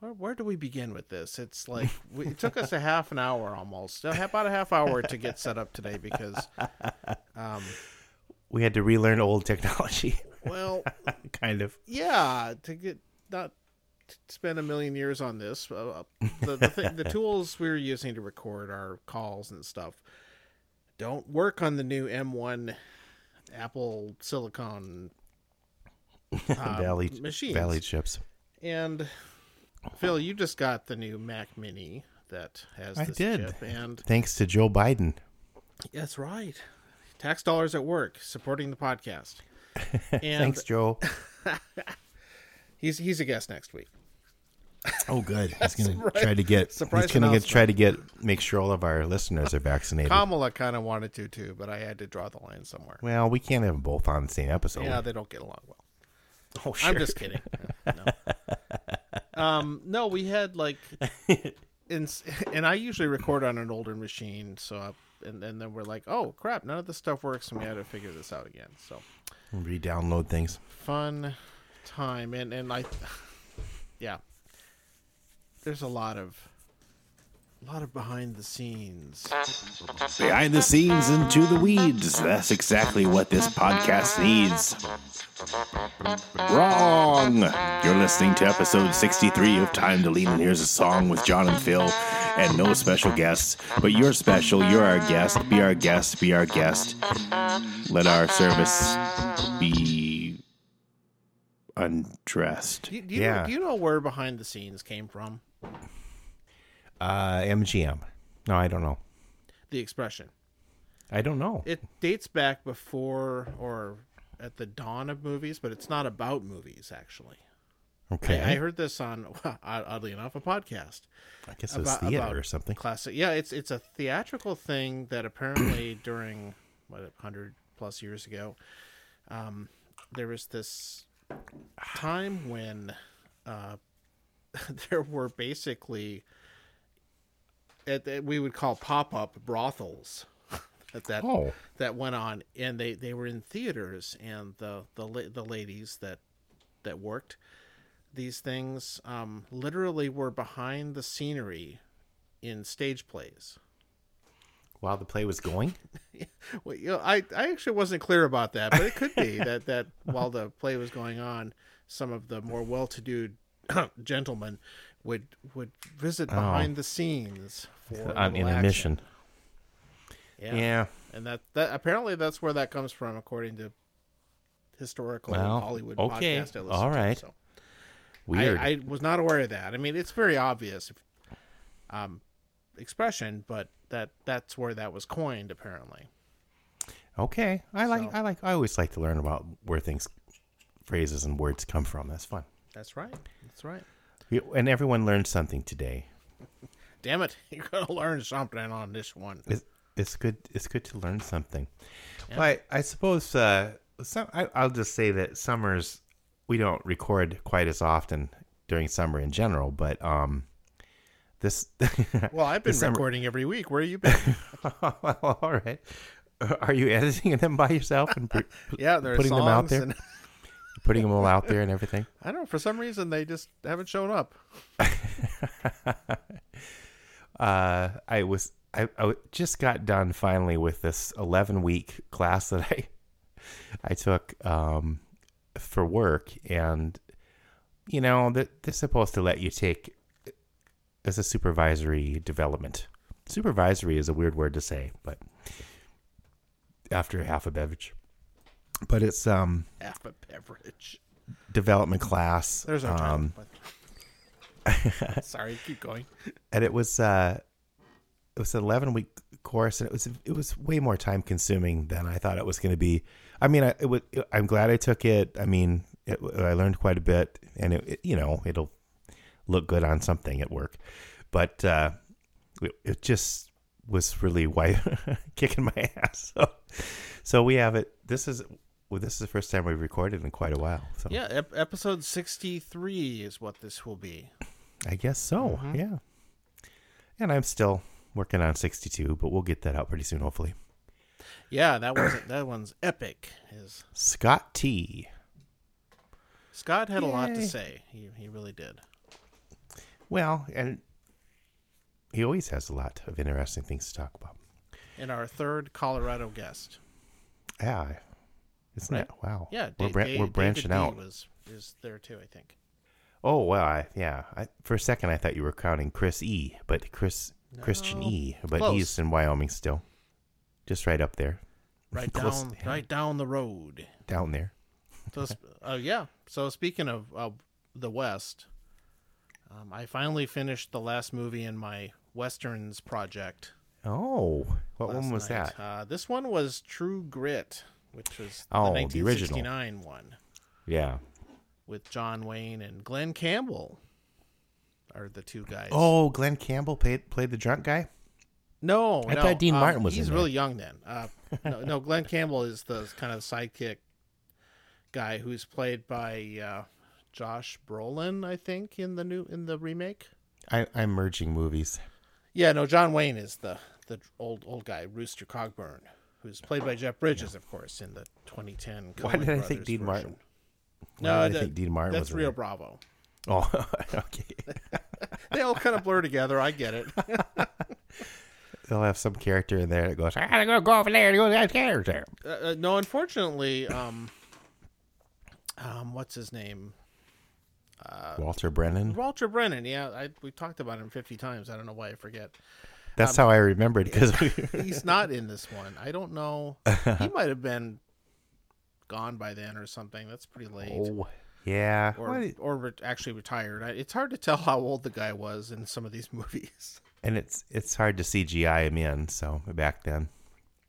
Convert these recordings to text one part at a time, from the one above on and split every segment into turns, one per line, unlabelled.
where, where do we begin with this? It's like we, it took us a half an hour almost, about a half hour to get set up today because, um,
We had to relearn old technology,
well,
kind of.
yeah, to get not to spend a million years on this. Uh, the the, thing, the tools we were using to record our calls and stuff don't work on the new M1 Apple silicon um,
Valley
machines.
Valley chips.
And Phil, you just got the new Mac Mini that has
I
this
did.
chip, and
Thanks to Joe Biden.
that's right, tax dollars at work supporting the podcast. And
Thanks, Joe.
he's he's a guest next week.
Oh, good. He's gonna try to get.
Surprise
he's gonna get,
announcement.
try to get make sure all of our listeners are vaccinated.
Kamala kind of wanted to too, but I had to draw the line somewhere.
well, we can't have them both on the same episode.
Yeah, they don't get along well.
oh,
I'm just kidding. No. Um, no, we had like, and and I usually record on an older machine, so I, and, and then we're like, oh crap, none of this stuff works, and we had to figure this out again. So
re-download things.
fun time, and and I, yeah, there's a lot of, a lot of behind the scenes.
Behind the scenes into the weeds. That's exactly what this podcast needs. Wrong! You're listening to episode 63 of Time to Lean, and here's a song with John and Phil, and no special guests. But you're special, you're our guest, be our guest, be our guest. Let our service be undressed.
Do, you- do you
Yeah.
do you know where behind the scenes came from?
Uh, MGM. No, I don't know.
The expression.
I don't know.
it dates back before or at the dawn of movies, but it's not about movies actually.
okay.
I, I heard this on oddly enough a podcast
I guess it was theater or something.
Classic, yeah. It's it's a theatrical thing that apparently during what hundred plus years ago, um, there was this time when uh, there were basically at, that we would call pop up brothels at that
Oh.
that went on, and they they were in theaters, and the the la- the ladies that that worked these things um, literally were behind the scenery in stage plays.
While the play was going.
Well, you know, I, I actually wasn't clear about that, but it could be that, that while the play was going on, some of the more well to do gentlemen would would visit behind the scenes for a
on
little
intermission.
action. Yeah. And that, that apparently that's where that comes from according to historical
Well,
Hollywood
okay.
podcast I listened
All right.
to. So.
Weird.
I, I was not aware of that. I mean, it's very obvious um, expression, but that that's where that was coined apparently.
okay. I like.
So-
I like. I always like to learn about where things, phrases, and words come from. That's fun.
That's right. That's right.
You- And everyone learned something today.
Damn it, you're gonna learn something on this one.
It's, it's good. It's good to learn something. Well, I, I suppose. Uh, some, I, I'll just say that summers we don't record quite as often during summer in general, but um, this.
Well, I've been
This summer-
recording every week. Where you been?
well, all right. Are you editing them by yourself and pr-
Yeah, there's
Putting them out there?
And
putting them all out there and everything?
I don't know. For some reason, they just haven't shown up.
Uh, I was I, I w- just got done finally with this eleven week class that I I took um, for work, and you know that they're supposed to let you take uh, as a supervisory development. Supervisory is a weird word to say, but after half a beverage, but it's um
Half a beverage.
development class.
There's no
um,
time. but- Sorry, keep going.
and it was uh it was an 11 week course and it was it was way more time consuming than i thought it was going to be i mean I, it was, i'm glad i took it i mean it, i learned quite a bit and it, it- you know it'll look good on something at work but uh it, it just was really why kicking my ass so, so we have it this is well, this is the first time we've recorded in quite a while so
Yeah, ep- episode sixty-three is what this will be.
I guess so.
Mm-hmm.
Yeah. And I'm still working on 62, but we'll get that out pretty soon, hopefully.
Yeah, that one's that one's epic. Is
Scott T.
Scott had a lot to
Yay.
say. He he really did.
Well, and he always has a lot of interesting things to talk about.
And our third Colorado guest.
Yeah, isn't
Right.
that wow?
Yeah,
we're,
Da-
bran-
Da-
we're
David
branching
Dee
out.
Was, is there too, I think.
Oh well, I, yeah. I, for a second, I thought you were counting Chris E, but Chris Christian E, but
Close.
he's in Wyoming still, just right up there,
Right
Close-
down,
yeah,
right down the road.
down there.
So, sp- uh, yeah. So speaking of uh, the West, um, I finally finished the last movie in my westerns project.
Oh, what one
last
was
night.
that?
Uh, this one was True Grit, which was
Oh,
the
the original.
1969 one
Yeah.
with John Wayne and Glenn Campbell are the two guys.
Oh, Glenn Campbell played played the drunk guy.
no,
I
no,
thought Dean
um,
Martin was
He's
in
really young then. Uh, no, no, Glenn Campbell is the kind of sidekick guy who's played by uh, Josh Brolin, I think, in the new in the remake.
I, I'm merging movies.
Yeah, no, John Wayne is the the old old guy, Rooster Cogburn, who's played by Jeff Bridges, of course, in the 2010.
Why
Coen
did I think
Brothers
Dean
version.
Martin? Why
No,
did I
that-
think Dean Martin
That's
was in
Rio
it?
Bravo.
Oh, okay.
They all kind of blur together. I get it. Uh,
They'll have some character in there that goes, I gotta go, go over there and go to that character.
Uh, uh, no, unfortunately, um, um, what's his name?
Uh, Walter Brennan.
Walter Brennan. Yeah, I, we talked about him 50 times. I don't know why I forget.
That's how I remembered because we,
He's not in this one. I don't know. He might have been gone by then or something. That's pretty late.
oh, yeah.
or
What is-
or re- actually retired. I, it's hard to tell how old the guy was in some of these movies.
And it's it's hard to CGI him in. So back then,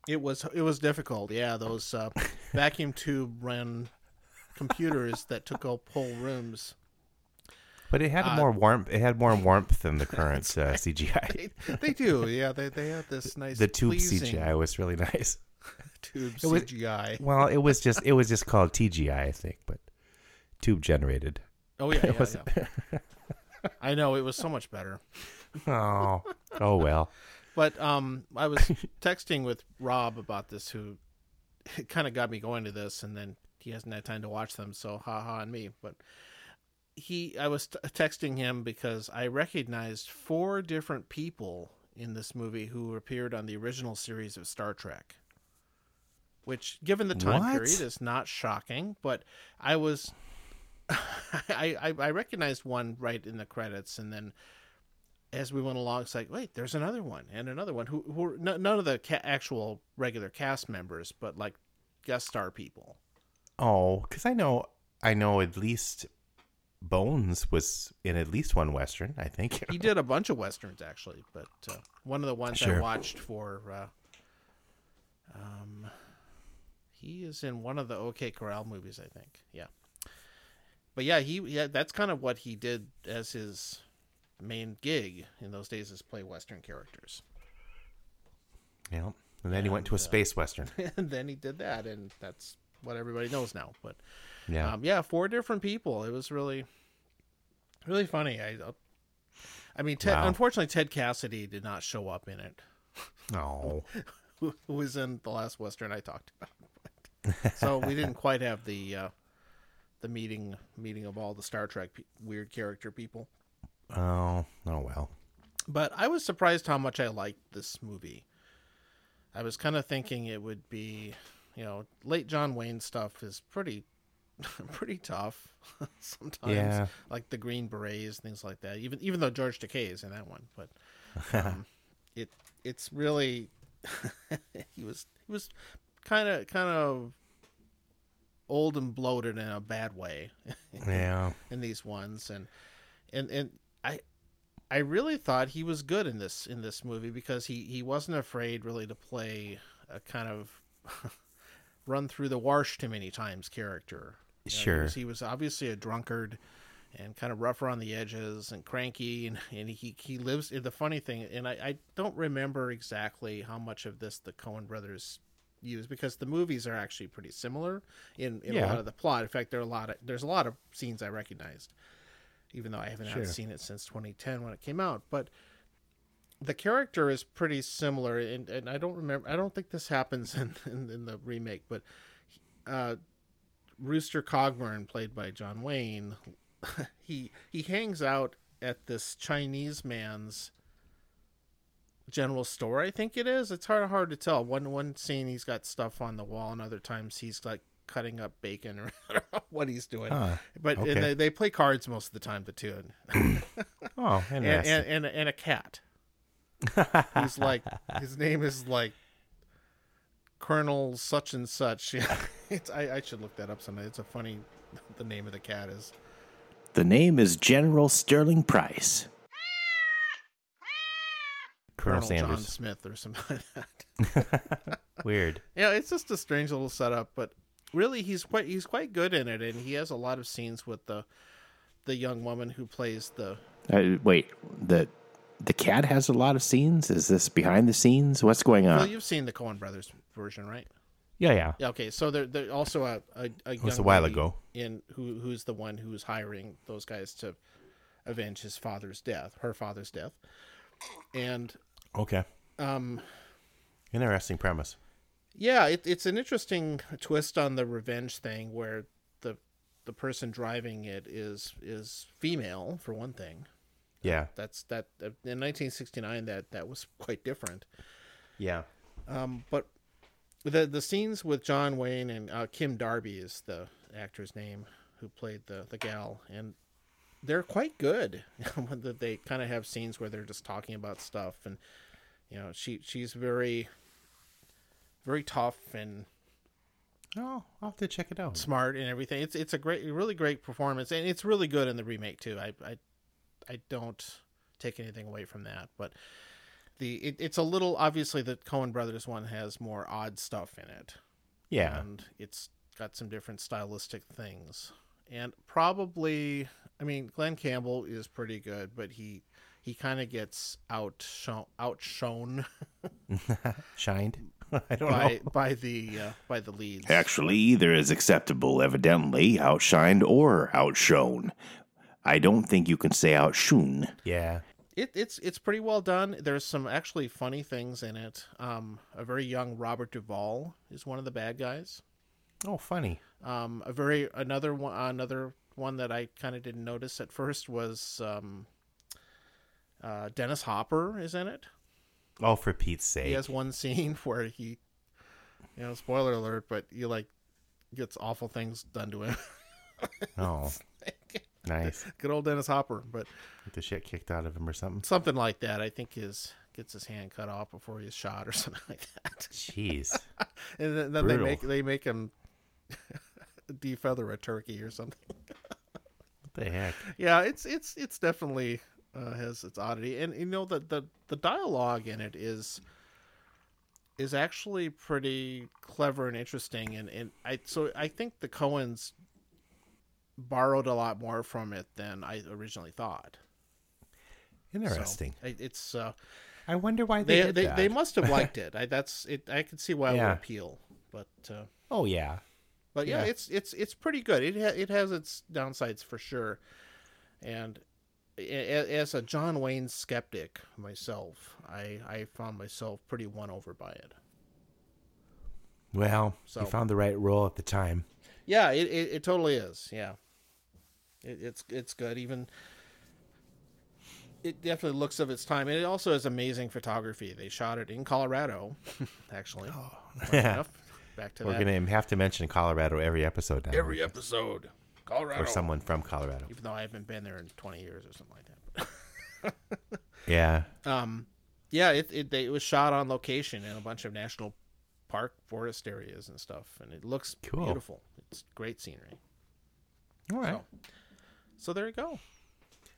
It was it was difficult. Yeah, those uh, vacuum tube run computers that took up whole rooms.
but it had
Uh,
a more warmth. It had more warmth than the current uh, CGI.
They, they do. Yeah, they they have this nice
The tube
pleasing
CGI was really nice.
tube
was-
CGI.
Well, it was just it was just called TGI, I think, but tube generated.
Oh yeah, yeah, yeah. I know it was so much better.
Oh, oh well.
But um, I was texting with Rob about this, who it kind of got me going to this, and then he hasn't had time to watch them, so haha on me. But he, I was t- texting him because I recognized four different people in this movie who appeared on the original series of Star Trek. Which, given the time
What?
period, is not shocking. But I was, I, I I recognized one right in the credits, and then as we went along, it's like, wait, there's another one and another one who, who are no, none of the ca- actual regular cast members, but like guest star people.
Oh, because I know I know at least Bones was in at least one western. I think.
He did a bunch of westerns actually, but uh, one of the ones I
Sure.
watched for, uh, um, he is in one of the OK Corral movies, I think. Yeah, but yeah, he yeah that's kind of what he did as his main gig in those days is play western characters.
Yeah. And then he went to a space western.
and then he did that, and that's what everybody knows now. But
Yeah.
um, yeah, four different people. It was really, really funny. I, uh, I mean, Ted,
Wow.
unfortunately, Ted Cassidy did not show up in it.
oh.
Who who was in the last Western I talked about? so we didn't quite have the, uh, the meeting meeting of all the Star Trek pe- weird character people.
Oh. Oh well.
But I was surprised how much I liked this movie. I was kind of thinking it would be, you know, late John Wayne stuff is pretty, pretty tough sometimes.
Yeah.
Like the Green Berets, things like that. Even even though George Takei is in that one, but um, it it's really he was he was kind of kind of old and bloated in a bad way
Yeah.
in these ones and and and I I really thought he was good in this in this movie because he he wasn't afraid really to play a kind of run through the wash too many times character. You know,
Sure.
he was, he was obviously a drunkard and kind of rough around the edges and cranky and, and he he lives the funny thing and I, I don't remember exactly how much of this the Cohen brothers use because the movies are actually pretty similar in, in a
Yeah.
lot of the plot. In fact, there are a lot of there's a lot of scenes I recognized, even though I haven't had
Sure.
seen it since 2010 when it came out. But the character is pretty similar, and, and I don't remember. I don't think this happens in in, in the remake, but uh, Rooster Cogburn, played by John Wayne, he he hangs out at this Chinese man's general store. I think it is. It's hard hard to tell. One one scene he's got stuff on the wall, and other times he's like cutting up bacon or I don't know what he's doing.
Ah,
but
okay.
and they, they play cards most of the time, the two, and
Oh,
and,
interesting.
and, and, and a cat. He's like his name is like Colonel such and such. it's I, I should look that up someday. It's a funny the name of the cat is.
The name is General Sterling Price.
Colonel,
John
Sanders.
Smith or something like that.
Weird.
Yeah, it's just a strange little setup, but really he's quite he's quite good in it and he has a lot of scenes with the the young woman who plays the
Uh, wait, the the cat has a lot of scenes. Is this behind the scenes? What's going
Uh.
Well,
on?
you've seen the Coen brothers version, right?
Yeah, yeah.
Yeah, okay. So they're, they're also a a, a young
was a while
lady
ago.
in who who's the one who's hiring those guys to avenge his father's death, her father's death. And
Okay.
um
Interesting premise.
yeah, it, it's an interesting twist on the revenge thing where the the person driving it is is female for one thing.
Yeah.
That's that uh, in 1969 that that was quite different.
Yeah.
Um, but the the scenes with John Wayne and uh, Kim Darby is the actor's name who played the the gal, and they're quite good. When the- they kind of have scenes where they're just talking about stuff, and you know, she she's very very tough and
Oh, I'll have to check it out.
smart and everything. It's it's a great, really great performance, and it's really good in the remake too. I I, I don't take anything away from that, but the it, it's a little obviously the Cohen Brothers one has more odd stuff in it,
Yeah.
and it's got some different stylistic things, and probably I mean Glenn Campbell is pretty good, but he. He kind of gets outshone, outshone
Shined. I don't
by
know.
by the uh, by the leads.
Actually, either is acceptable. Evidently, outshined or outshone. I don't think you can say outshone.
Yeah.
it, it's it's pretty well done. There's some actually funny things in it. Um, a very young Robert Duvall is one of the bad guys.
Oh, funny.
Um, a very another one another one that I kind of didn't notice at first was um, uh, Dennis Hopper is in it.
Oh, for Pete's
He
sake.
has one scene where he, you know, spoiler alert, but he like gets awful things done to him.
Oh, nice.
Good old Dennis Hopper, but
Get the shit kicked out of him or something.
something like that. I think his gets his hand cut off before he's shot or something like that.
Jeez.
And then, then they
Brutal.
make they make him defeather a turkey or something.
What the heck?
Yeah, it's it's it's definitely uh, has its oddity, and you know the the the dialogue in it is is actually pretty clever and interesting, and and I so I think the Cohens borrowed a lot more from it than I originally thought. So,
Interesting.
I- it's uh,
I wonder why they,
they
did
they,
that.
they must have liked it. I that's it. I could see why it
Yeah.
would appeal, but. Uh,
Oh, yeah.
But yeah,
Yeah.
it's it's it's pretty good. It ha- it has its downsides for sure, and a- a- as a John Wayne skeptic myself, I I found myself pretty won over by it.
Well,
So-
you found the right role at the time.
Yeah, it it, it totally is. Yeah, it, it's it's good. Even it definitely looks of its time, and it also has amazing photography. They shot it in Colorado, actually. Funny enough. Back to
Oh, We're
that
going to have to mention Colorado every episode now.
every episode, Colorado.
or someone from Colorado.
Even though I haven't been there in twenty years or something like that.
Yeah.
um yeah it it, they, it was shot on location in a bunch of national park forest areas and stuff and it looks
Cool.
beautiful it's great scenery
All right.
so so there you go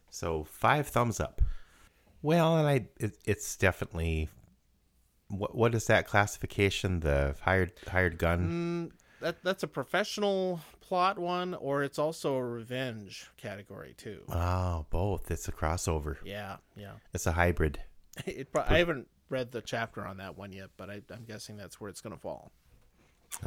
So five thumbs up. Well, and I, it, it's definitely. What what is that classification? The hired hired gun.
that that's a professional plot one or it's also a revenge category too
Oh, both. It's a crossover.
yeah yeah
It's a hybrid.
it pro- i haven't read the chapter on that one yet but I, i'm guessing that's where it's going to fall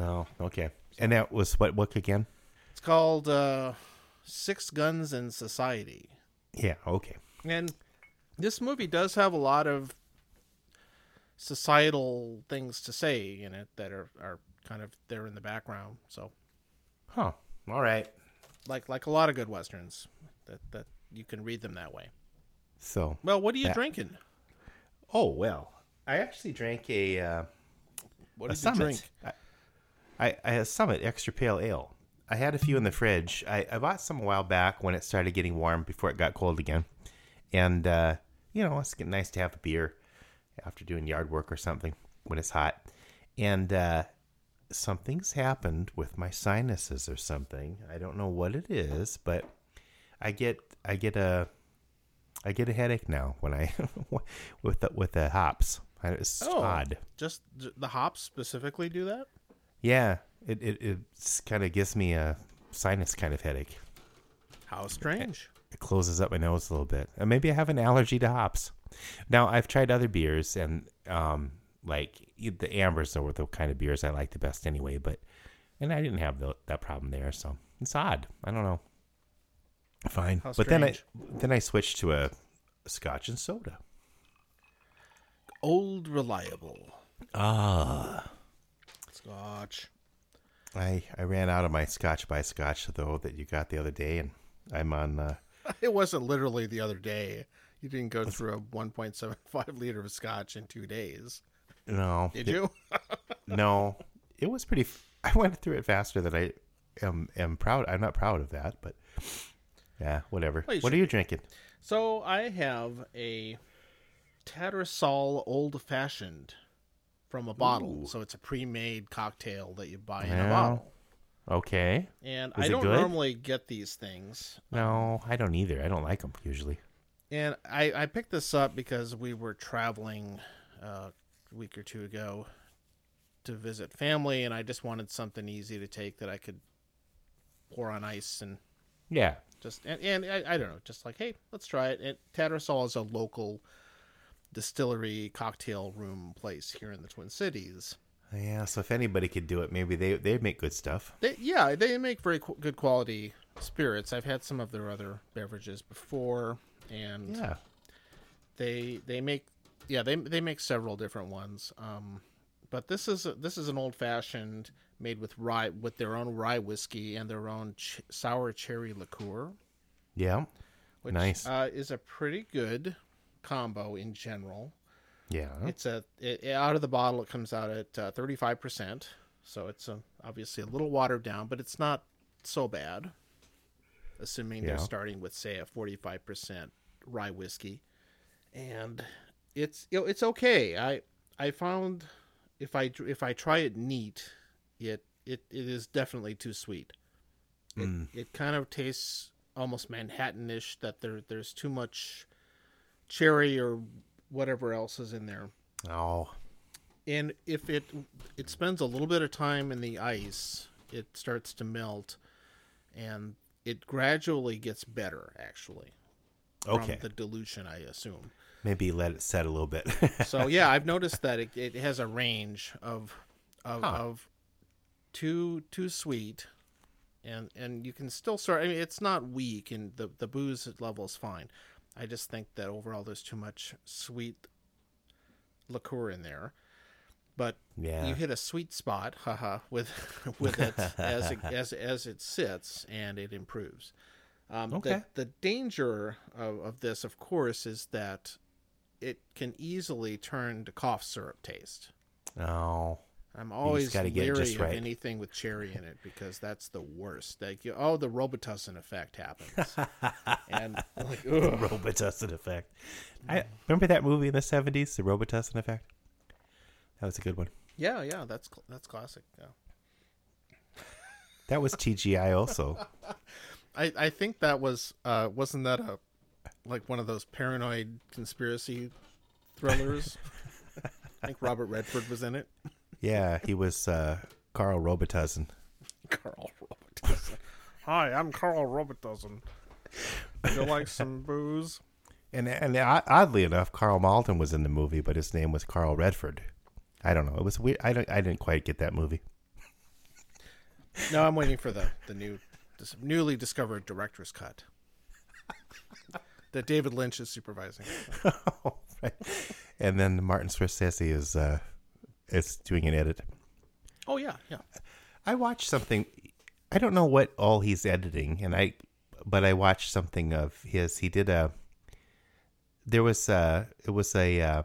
Oh, okay. And that was what book again?
it's called uh six guns in society
Yeah. Okay.
And this movie does have a lot of societal things to say in it that are, are kind of there in the background. So
Huh. All right.
like like a lot of good westerns that that you can read them that way.
So,
Well, what are you
That-
drinking?
oh well. I actually drank a uh,
What
a
did you
summit.
drink?
I, I, I had a summit extra pale ale. I had a few in the fridge. I, I bought some a while back when it started getting warm before it got cold again. And uh, you know, it's get- nice to have a beer after doing yard work or something when it's hot. And uh, something's happened with my sinuses or something. I don't know what it is, but I get I get a I get a headache now when I with the, with the hops. I- It's
Oh.
odd.
just j- the hops specifically do that.
Yeah, it it, it kind of gives me a sinus kind of headache.
How strange.
It closes up my nose a little bit. And maybe I have an allergy to hops. Now I've tried other beers, and um, like you- the ambers are the kind of beers I like the best anyway. But and I didn't have tho- that problem there, so it's odd. I don't know. Fine,
How
but then I
strange.
then I switched to a scotch and soda.
Old reliable
Ah,
scotch.
I I ran out of my scotch by scotch though that you got the other day, and I'm on. Uh,
It wasn't literally the other day. You didn't go through a 1.75 liter of scotch in two days,
no,
did you?
no, it was pretty. f- I went through it faster than I am. Am proud. I'm not proud of that, but yeah, whatever.
Well, you
what are
should-
you drinking?
so I have a Tattersall Old Fashioned from a bottle. So it's a pre-made cocktail that you buy in
Yeah.
a bottle.
Okay.
And
Is
I
it
don't
good?
normally get these things.
No, I don't either. I don't like them usually.
And I, I picked this up because we were traveling uh, a week or two ago to visit family, and I just wanted something easy to take that I could pour on ice and
Yeah.
just and, and I, I don't know, just like hey, let's try it. And Tattersall is a local distillery cocktail room place here in the Twin Cities.
Yeah. So if anybody could do it, maybe they they make good stuff.
They, yeah, they make very qu- good quality spirits. I've had some of their other beverages before, and
Yeah.
they they make yeah they they make several different ones um but this is this is an old fashioned made with rye with their own rye whiskey and their own ch- sour cherry liqueur
Yeah.
which
Nice.
uh, is a pretty good combo in general
Yeah.
it's a it, it- out of the bottle it comes out at uh, 35% so it's a, obviously a little watered down but it's not so bad assuming
Yeah.
they're starting with say a 45% rye whiskey and it's you know, it's okay i i found if i dr- if i try it neat it it, it is definitely too sweet it, it kind of tastes almost manhattanish that there there's too much cherry or whatever else is in there
Oh.
and if it it spends a little bit of time in the ice it starts to melt and it gradually gets better actually from
Okay.
the dilution i assume
Maybe let it set a little bit.
so yeah i've noticed that it, it has a range of of, of too too sweet and and you can still start i mean it's not weak and the the booze level is fine i just think that overall there's too much sweet liqueur in there but
yeah.
you hit a sweet spot, haha, with with it as it, as as it sits and it improves. Um, the-
Okay.
The, danger of, of this, of course, is that it can easily turn to cough syrup taste.
Oh.
I'm always
gotta get it
leery
just
of
right.
anything with cherry in it because that's the worst. Like, you, oh, the Robitussin effect happens, and like, ugh.
Robitussin effect. I remember that movie in the seventies, the Robitussin effect. That was a good one.
yeah, yeah, that's cl- that's classic. Yeah.
That was TGI also.
I, I think that was uh wasn't that a like one of those paranoid conspiracy thrillers? I think Robert Redford was in it.
Yeah, he was uh, Carl Robitussin.
Carl Robertson. Hi, I'm Carl Robertson. Would you like some booze?
And and o- oddly enough, Carl Malden was in the movie, but his name was Carl Redford. I don't know. It was weird. I don't, I didn't quite get that movie.
No, I'm waiting for the the new this newly discovered director's cut that David Lynch is supervising.
Oh, Right. And then Martin Scorsese is uh, is doing an edit.
Oh yeah, yeah.
I watched something. I don't know what all he's editing, and I, but I watched something of his. He did a there was uh it was a uh,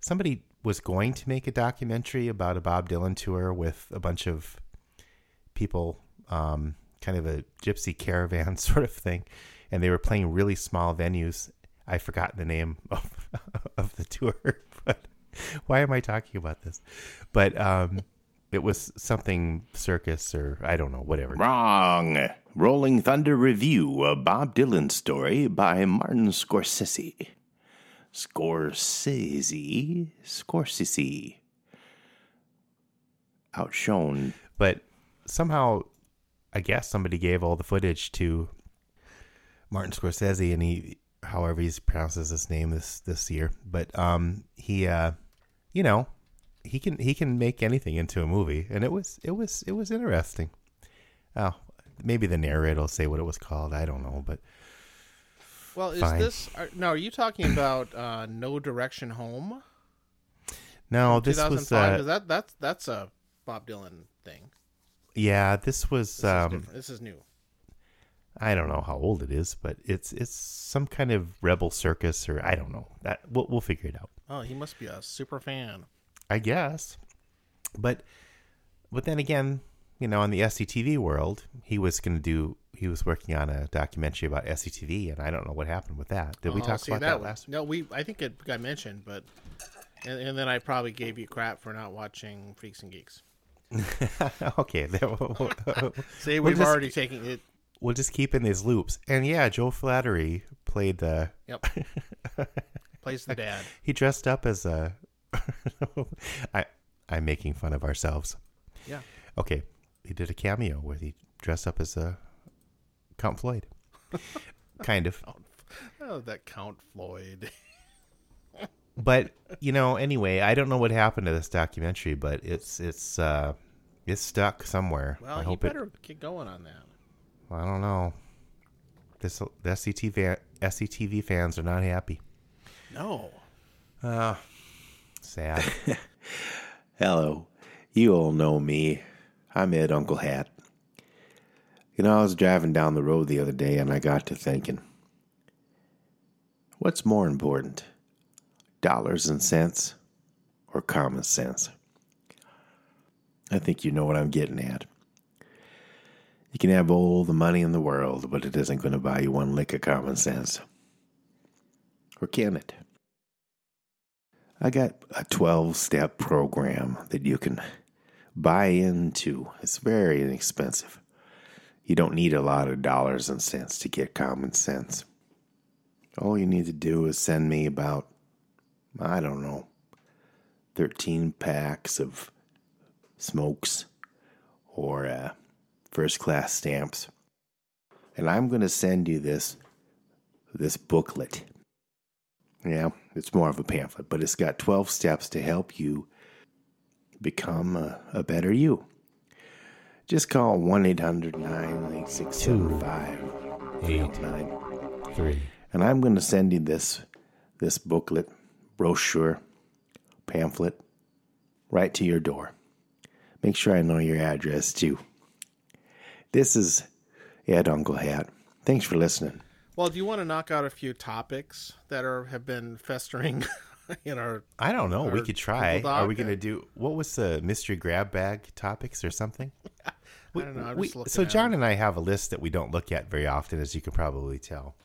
somebody was going to make a documentary about a Bob Dylan tour with a bunch of people, um, kind of a gypsy caravan sort of thing, and they were playing really small venues. I forgot the name of of the tour, but why am I talking about this? But um, it was something circus or I don't know whatever.
Wrong. Rolling Thunder Review, a Bob Dylan story by Martin Scorsese. Scorsese. Scorsese. Outshone.
But somehow, I guess somebody gave all the footage to Martin Scorsese, and he, however he pronounces his name this this year, but um, he, uh, you know, he can he can make anything into a movie, and it was it was it was interesting. Oh, maybe the narrator will say what it was called. I don't know, but
Well, is
Fine.
this are, no? Are you talking about uh, No Direction Home?
no,
Two
this
thousand
was
five.
uh,
Because that that's that's a Bob Dylan thing.
yeah, this was
This, is,
um,
different. this is new.
I don't know how old it is, but it's it's some kind of rebel circus or I don't know. That we'll, we'll figure it out.
Oh, he must be a super fan.
I guess. But but then again, you know, in the SCTV world, he was going to do he was working on a documentary about SCTV and I don't know what happened with that. Did we
Oh,
talk
see,
about that,
was-
last
No, we. I think it got mentioned, but and, and then I probably gave you crap for not watching Freaks and Geeks.
okay, there- we'll,
See,
we'll
we've
just-
already taken it.
we'll just keep in these loops. And yeah, Joe Flattery played the
Yep. Plays the dad.
he dressed up as a I I'm making fun of ourselves.
Yeah.
Okay, he did a cameo where he dressed up as a Count Floyd. kind of.
Oh, that Count Floyd.
But, you know, anyway, I don't know what happened to this documentary, but it's it's uh it's stuck somewhere.
Well,
I
you
hope
better get going on that.
it I don't know. This E the SCTV SCTV fans are not happy.
No.
Sad.
Hello. You all know me. I'm Ed Uncle Hat. You know, I was driving down the road the other day and I got to thinking what's more important, dollars and cents or common sense? I think you know what I'm getting at. You can have all the money in the world, but it isn't going to buy you one lick of common sense. Or can it? I got a 12 step program that you can buy into. It's very inexpensive. You don't need a lot of dollars and cents to get common sense. All you need to do is send me about, I don't know, 13 packs of smokes or uh, first class stamps. And I'm going to send you this this booklet. Yeah, it's more of a pamphlet, but it's got 12 steps to help you become a, a better you. Just call 1 800 996
Eight, three.
and I'm going to send you this this booklet, brochure, pamphlet right to your door. Make sure I know your address too. This is Ed Uncle Hat. Thanks for listening.
Well, do you want to knock out a few topics that are have been festering in our?
I don't know. We
Or
could try.
Google
Are we
Doc.
going to do what was the mystery grab bag topics or something? We-
I don't know. I'm
we-
just looking
so
at
John and I have a list that we don't look at very often, as you can probably tell,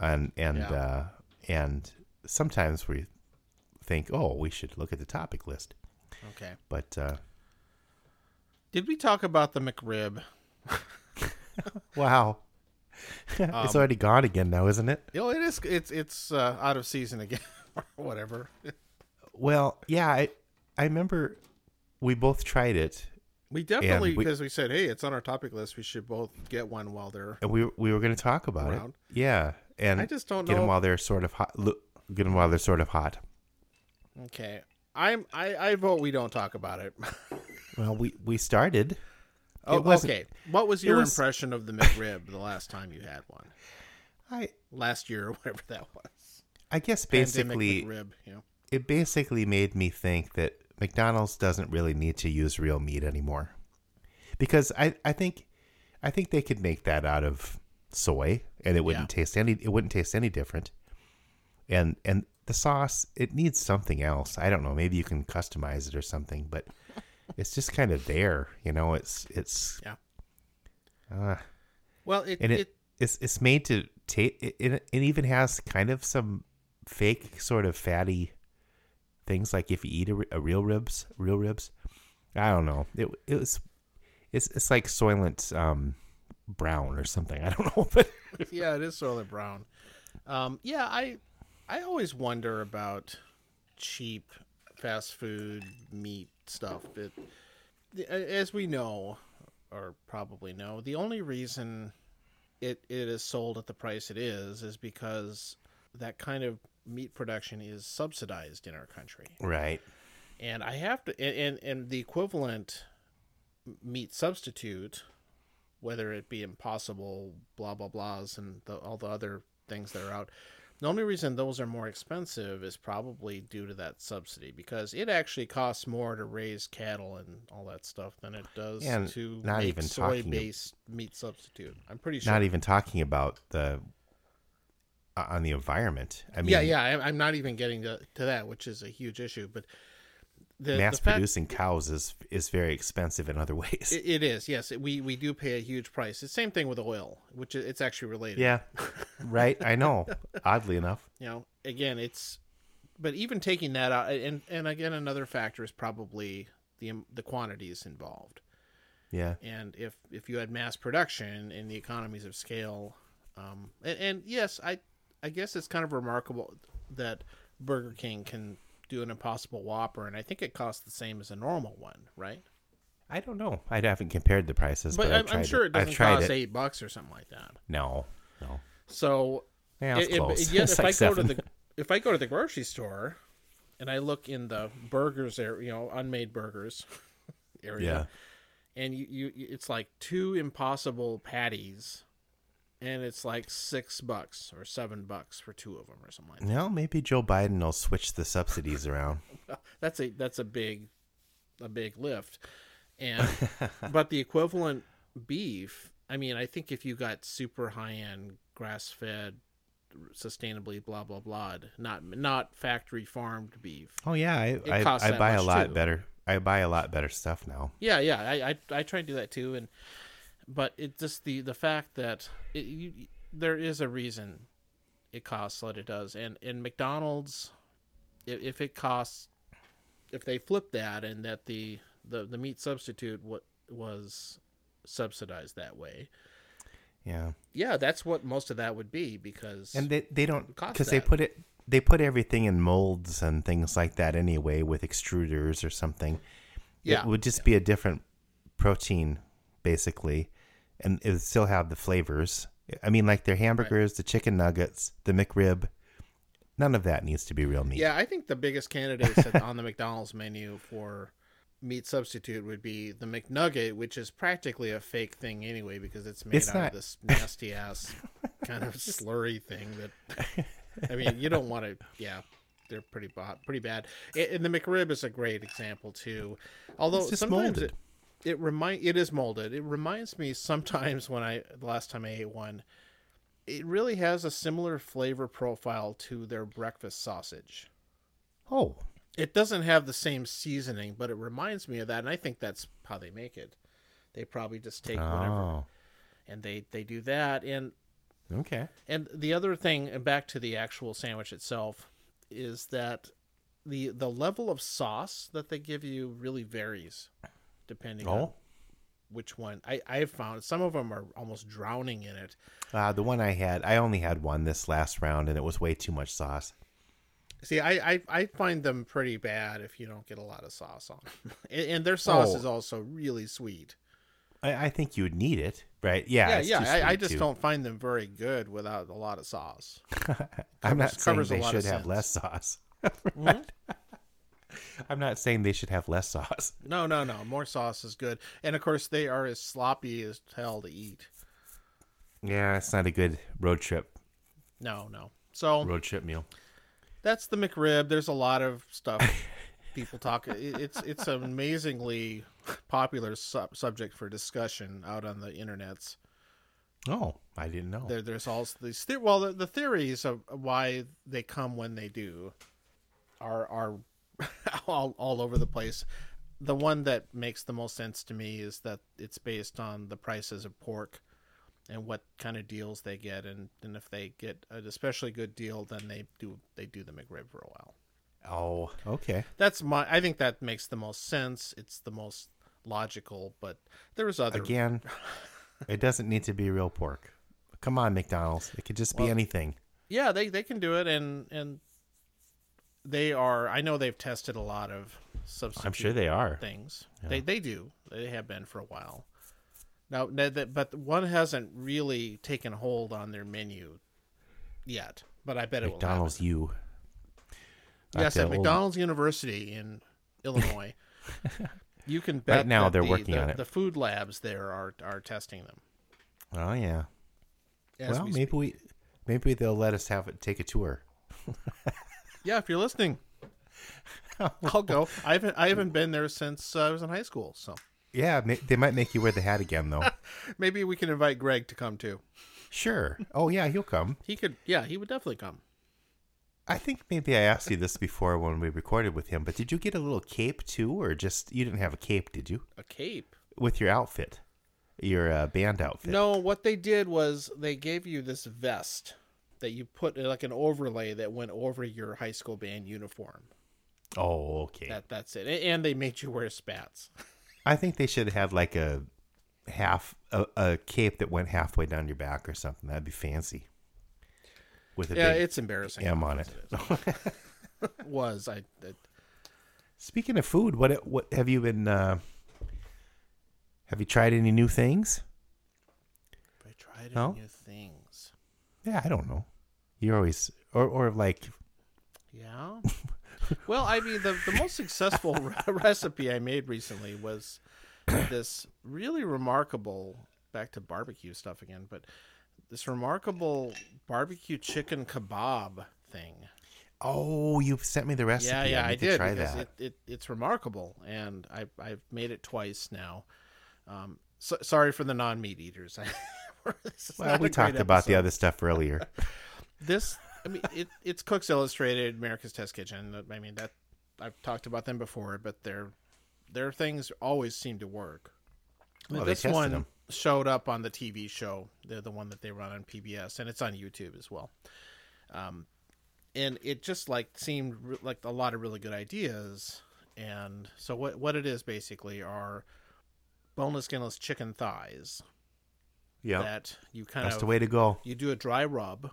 and and
Yeah.
uh, and sometimes we think, oh, we should look at the topic list,
Okay.
but uh,
Did we talk about the McRib?
wow,
Um,
it's already gone again now, isn't it?
You know, it is. It's it's uh, out of season again, or whatever.
Well, yeah, I I remember we both tried it,
We definitely,
And we-
because we, said, hey, it's on our topic list. We should both get one while they're.
and we we were going to talk about
Around.
it. Yeah, and
I just don't
get
know.
them while they're sort of hot. Look, get them while they're sort of hot.
Okay. I'm. I. I vote we don't talk about it.
Well, we we started.
Oh,
wasn't-
okay. What was your
was-
impression of the McRib the last time you had one?
I
Last year or whatever that was.
I guess
Pandemic
basically
McRib. You know.
it basically made me think that McDonald's doesn't really need to use real meat anymore. Because I I think I think they could make that out of soy and it wouldn't taste any it wouldn't taste any different. and and the sauce it needs something else. I don't know. Maybe you can customize it or something, but it's just kind of there. You know, it's it's
Yeah.
Uh,
Well, it,
and
it,
it, it's it's made to taste. It, it it even has kind of some fake sort of fatty things. Like if you eat a, re- a real ribs, real ribs. I don't know. It it was it's it's like Soylent um, Brown or something. I don't know, but
yeah, it is Soylent Brown. Um, yeah, I I always wonder about cheap fast food meat stuff. It, the- as we know, or probably know, the only reason it it is sold at the price it is is because that kind of meat production is subsidized in our country
right.
and I have to, and and, and the equivalent meat substitute, whether it be Impossible, blah blah blahs, and the, all the other things that are out. The only reason those are more expensive is probably due to that subsidy because it actually costs more to raise cattle and all that stuff than it does
And
to
not
make
even talking-
soy-based meat substitute. I'm pretty sure.
Not even talking about the uh, on the environment. I mean,
yeah, yeah. I'm, I'm not even getting to, to that, which is a huge issue. But the the
mass
fact-
producing cows is is very expensive in other ways.
It, it is, yes. It, we we do pay a huge price. It's same thing with oil, which i- it's actually related.
yeah, right. I know. Oddly enough,
You know, again, it's but even taking that out, and and again, another factor is probably the im- the quantities involved.
yeah.
And if if you had mass production and the economies of scale, um, and, and yes, I I guess it's kind of remarkable that Burger King can do an Impossible Whopper, and I think it costs the same as a normal one, right?
I don't know. I haven't compared the prices, but,
But,
I've
I'm,
tried
I'm sure it doesn't
I've tried
cost
it.
eight bucks or something like that.
No, no.
So
Yeah, it's
It- it-
close.
yet
It's
if
like
I go to
seven.
the if I go to the grocery store and I look in the burgers area, you know, unmade burgers area, and you, you it's like two impossible patties, and it's like six bucks or seven bucks for two of them or something like that.
Well, maybe Joe Biden will switch the subsidies around.
That's a that's a big a big lift, and but the equivalent beef. I mean, I think if you got super high end grass fed, sustainably blah blah blah, not not factory farmed beef.
Oh yeah, I I,
costs
I
that
buy a
much,
lot
too.
better. I buy a lot better stuff now.
Yeah, yeah. I, I I try and do that too, and but it just the the fact that it, you, there is a reason it costs what it does, and in McDonald's, if, if it costs, if they flip that and that the the the meat substitute what was subsidized that way,
Yeah,
yeah, that's what most of that would be because
and they they don't
costs
because they
that.
put it they put everything in molds and things like that anyway with extruders or something.
yeah,
it would just be a different protein basically, and it would still have the flavors. I mean, like their hamburgers, the chicken nuggets, the McRib. None of that needs to be real meat.
Yeah, I think the biggest candidates that- on the McDonald's menu for meat substitute would be the McNugget, which is practically a fake thing anyway because it's made
It's
out
not.
of this nasty ass kind of slurry thing that I mean, you don't want to yeah, they're pretty bo- pretty bad. A- And the McRib is a great example too. Although
It's just
sometimes
molded.
it it remind it is molded. It reminds me sometimes when I the last time I ate one it really has a similar flavor profile to their breakfast sausage
Oh,
it doesn't have the same seasoning, but it reminds me of that, and I think that's how they make it. They probably just take whatever
oh,
and they they do that. And
okay.
and the other thing, and back to the actual sandwich itself, is that the the level of sauce that they give you really varies depending on
Oh,
which one. I I've found some of them are almost drowning in it.
uh, the one I had, I only had one this last round, and it was way too much sauce.
See, I, I, I find them pretty bad if you don't get a lot of sauce on them, and, and their sauce
Oh.
is also really sweet.
I, I think you would need it, right? Yeah,
yeah,
it's
yeah.
too
I, I
sweet,
just
too.
don't find them very good without a lot of sauce.
I'm not
covers- covers a
saying they
lot of Mm-hmm.
should have
sins.
less sauce. I'm not saying they should have less sauce.
No, no, no. More sauce is good. And of course, they are as sloppy as hell to eat.
Yeah, it's not a good road trip
No, no. So
road trip meal.
that's the McRib. There's a lot of stuff people talk. it- It's it's an amazingly popular sub- subject for discussion out on the internets.
Oh, I didn't know.
There, there's also these the- well, the, the theories of why they come when they do are are all all over the place. The one that makes the most sense to me is that it's based on the prices of pork and what kind of deals they get, and, and if they get an especially good deal, then they do they do the McRib real well.
Oh, okay.
That's my I think that makes the most sense. It's the most logical, but there was other
Again, it doesn't need to be real pork. Come on, McDonald's. It could just be anything.
yeah they they can do it and and they are i know they've tested a lot of substitute
I'm sure they are.
things they they do they have been for a while now now that but one hasn't really taken hold on their menu yet but i bet it
McDonald's, you.
will happen. yes
Like
at
the old-
mcdonald's university in illinois you can bet
Right now
that
they're
the-
working
the-
on it.
the food labs there are are testing them
Oh yeah.
as
well,
we
maybe we, maybe they'll let us have it, take a tour.
Yeah, if you're listening, I'll go. I haven't I haven't been there since uh, I was in high school, so
Yeah, ma- they might make you wear the hat again though.
maybe we can invite Greg to come too.
sure. Oh yeah, he'll come.
He could. Yeah, he would definitely come.
I think maybe I asked you this before when we recorded with him, but did you get a little cape too, or just you didn't have a cape, did you?
A cape.
With your outfit, your uh, band outfit.
No, what they did was they gave you this vest that you put uh, like an overlay that went over your high school band uniform.
Oh, okay.
That that's it. A- And they made you wear spats.
I think they should have like a half a, a cape that went halfway down your back or something. That'd be fancy. With a
Yeah,
big
it's embarrassing.
M on it.
Was I? It,
Speaking of food, what what have you been? Uh, have you tried any new things?
I tried
No?
new things.
Yeah, I don't know. You're always or or like
Yeah. well, I mean, the, the most successful re- recipe I made recently was this really remarkable, back to barbecue stuff again, but this remarkable barbecue chicken kebab thing.
oh, you've sent me the recipe.
Yeah, yeah, I,
need to
did.
Try
because
that.
It, it, it's remarkable, and I, I've made it twice now. Um, so, sorry for the non meat eaters. This is
well,
not
we
a great
talked about the
episode.
other stuff earlier.
this i mean it, it's cooks illustrated america's test kitchen i mean that i've talked about them before but their their things always seem to work
Well, they
this
tested
one
them.
showed up on the tv show the, the one that they run on pbs and it's on youtube as well um, and it just like seemed re- like a lot of really good ideas and so what, what it is basically are boneless skinless chicken thighs
yeah,
that you kind
that's
of
the way to go.
you do a dry rub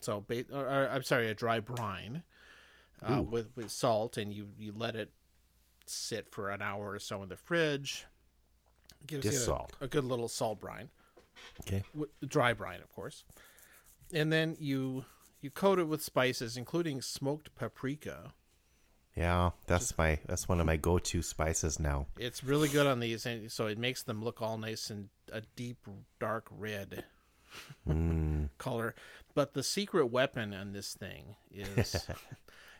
so ba- or, or, i'm sorry a dry brine uh, with, with salt and you, you let it sit for an hour or so in the fridge gives
Just
you a,
salt.
a good little salt brine
Okay.
w- dry brine of course and then you you coat it with spices including smoked paprika
Yeah, that's my that's one of my go-to spices now.
it's really good on these and so it makes them look all nice and a deep dark red color but the secret weapon on this thing is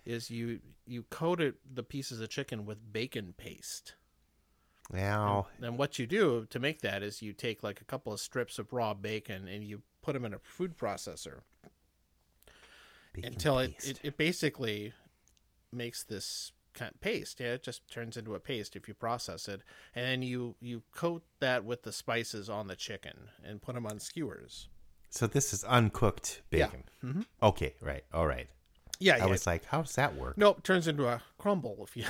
is you you coat it the pieces of chicken with bacon paste
Now,
then what you do to make that is you take like a couple of strips of raw bacon and you put them in a food processor
bacon
until it,
paste.
it, it basically makes this kind of paste. Yeah, it just turns into a paste if you process it, and then you you coat that with the spices on the chicken and put them on skewers.
so this is uncooked bacon.
Mm-hmm.
Okay, right, all right.
Yeah,
I
yeah.
was like, how does that work?
Nope, turns into a crumble if you.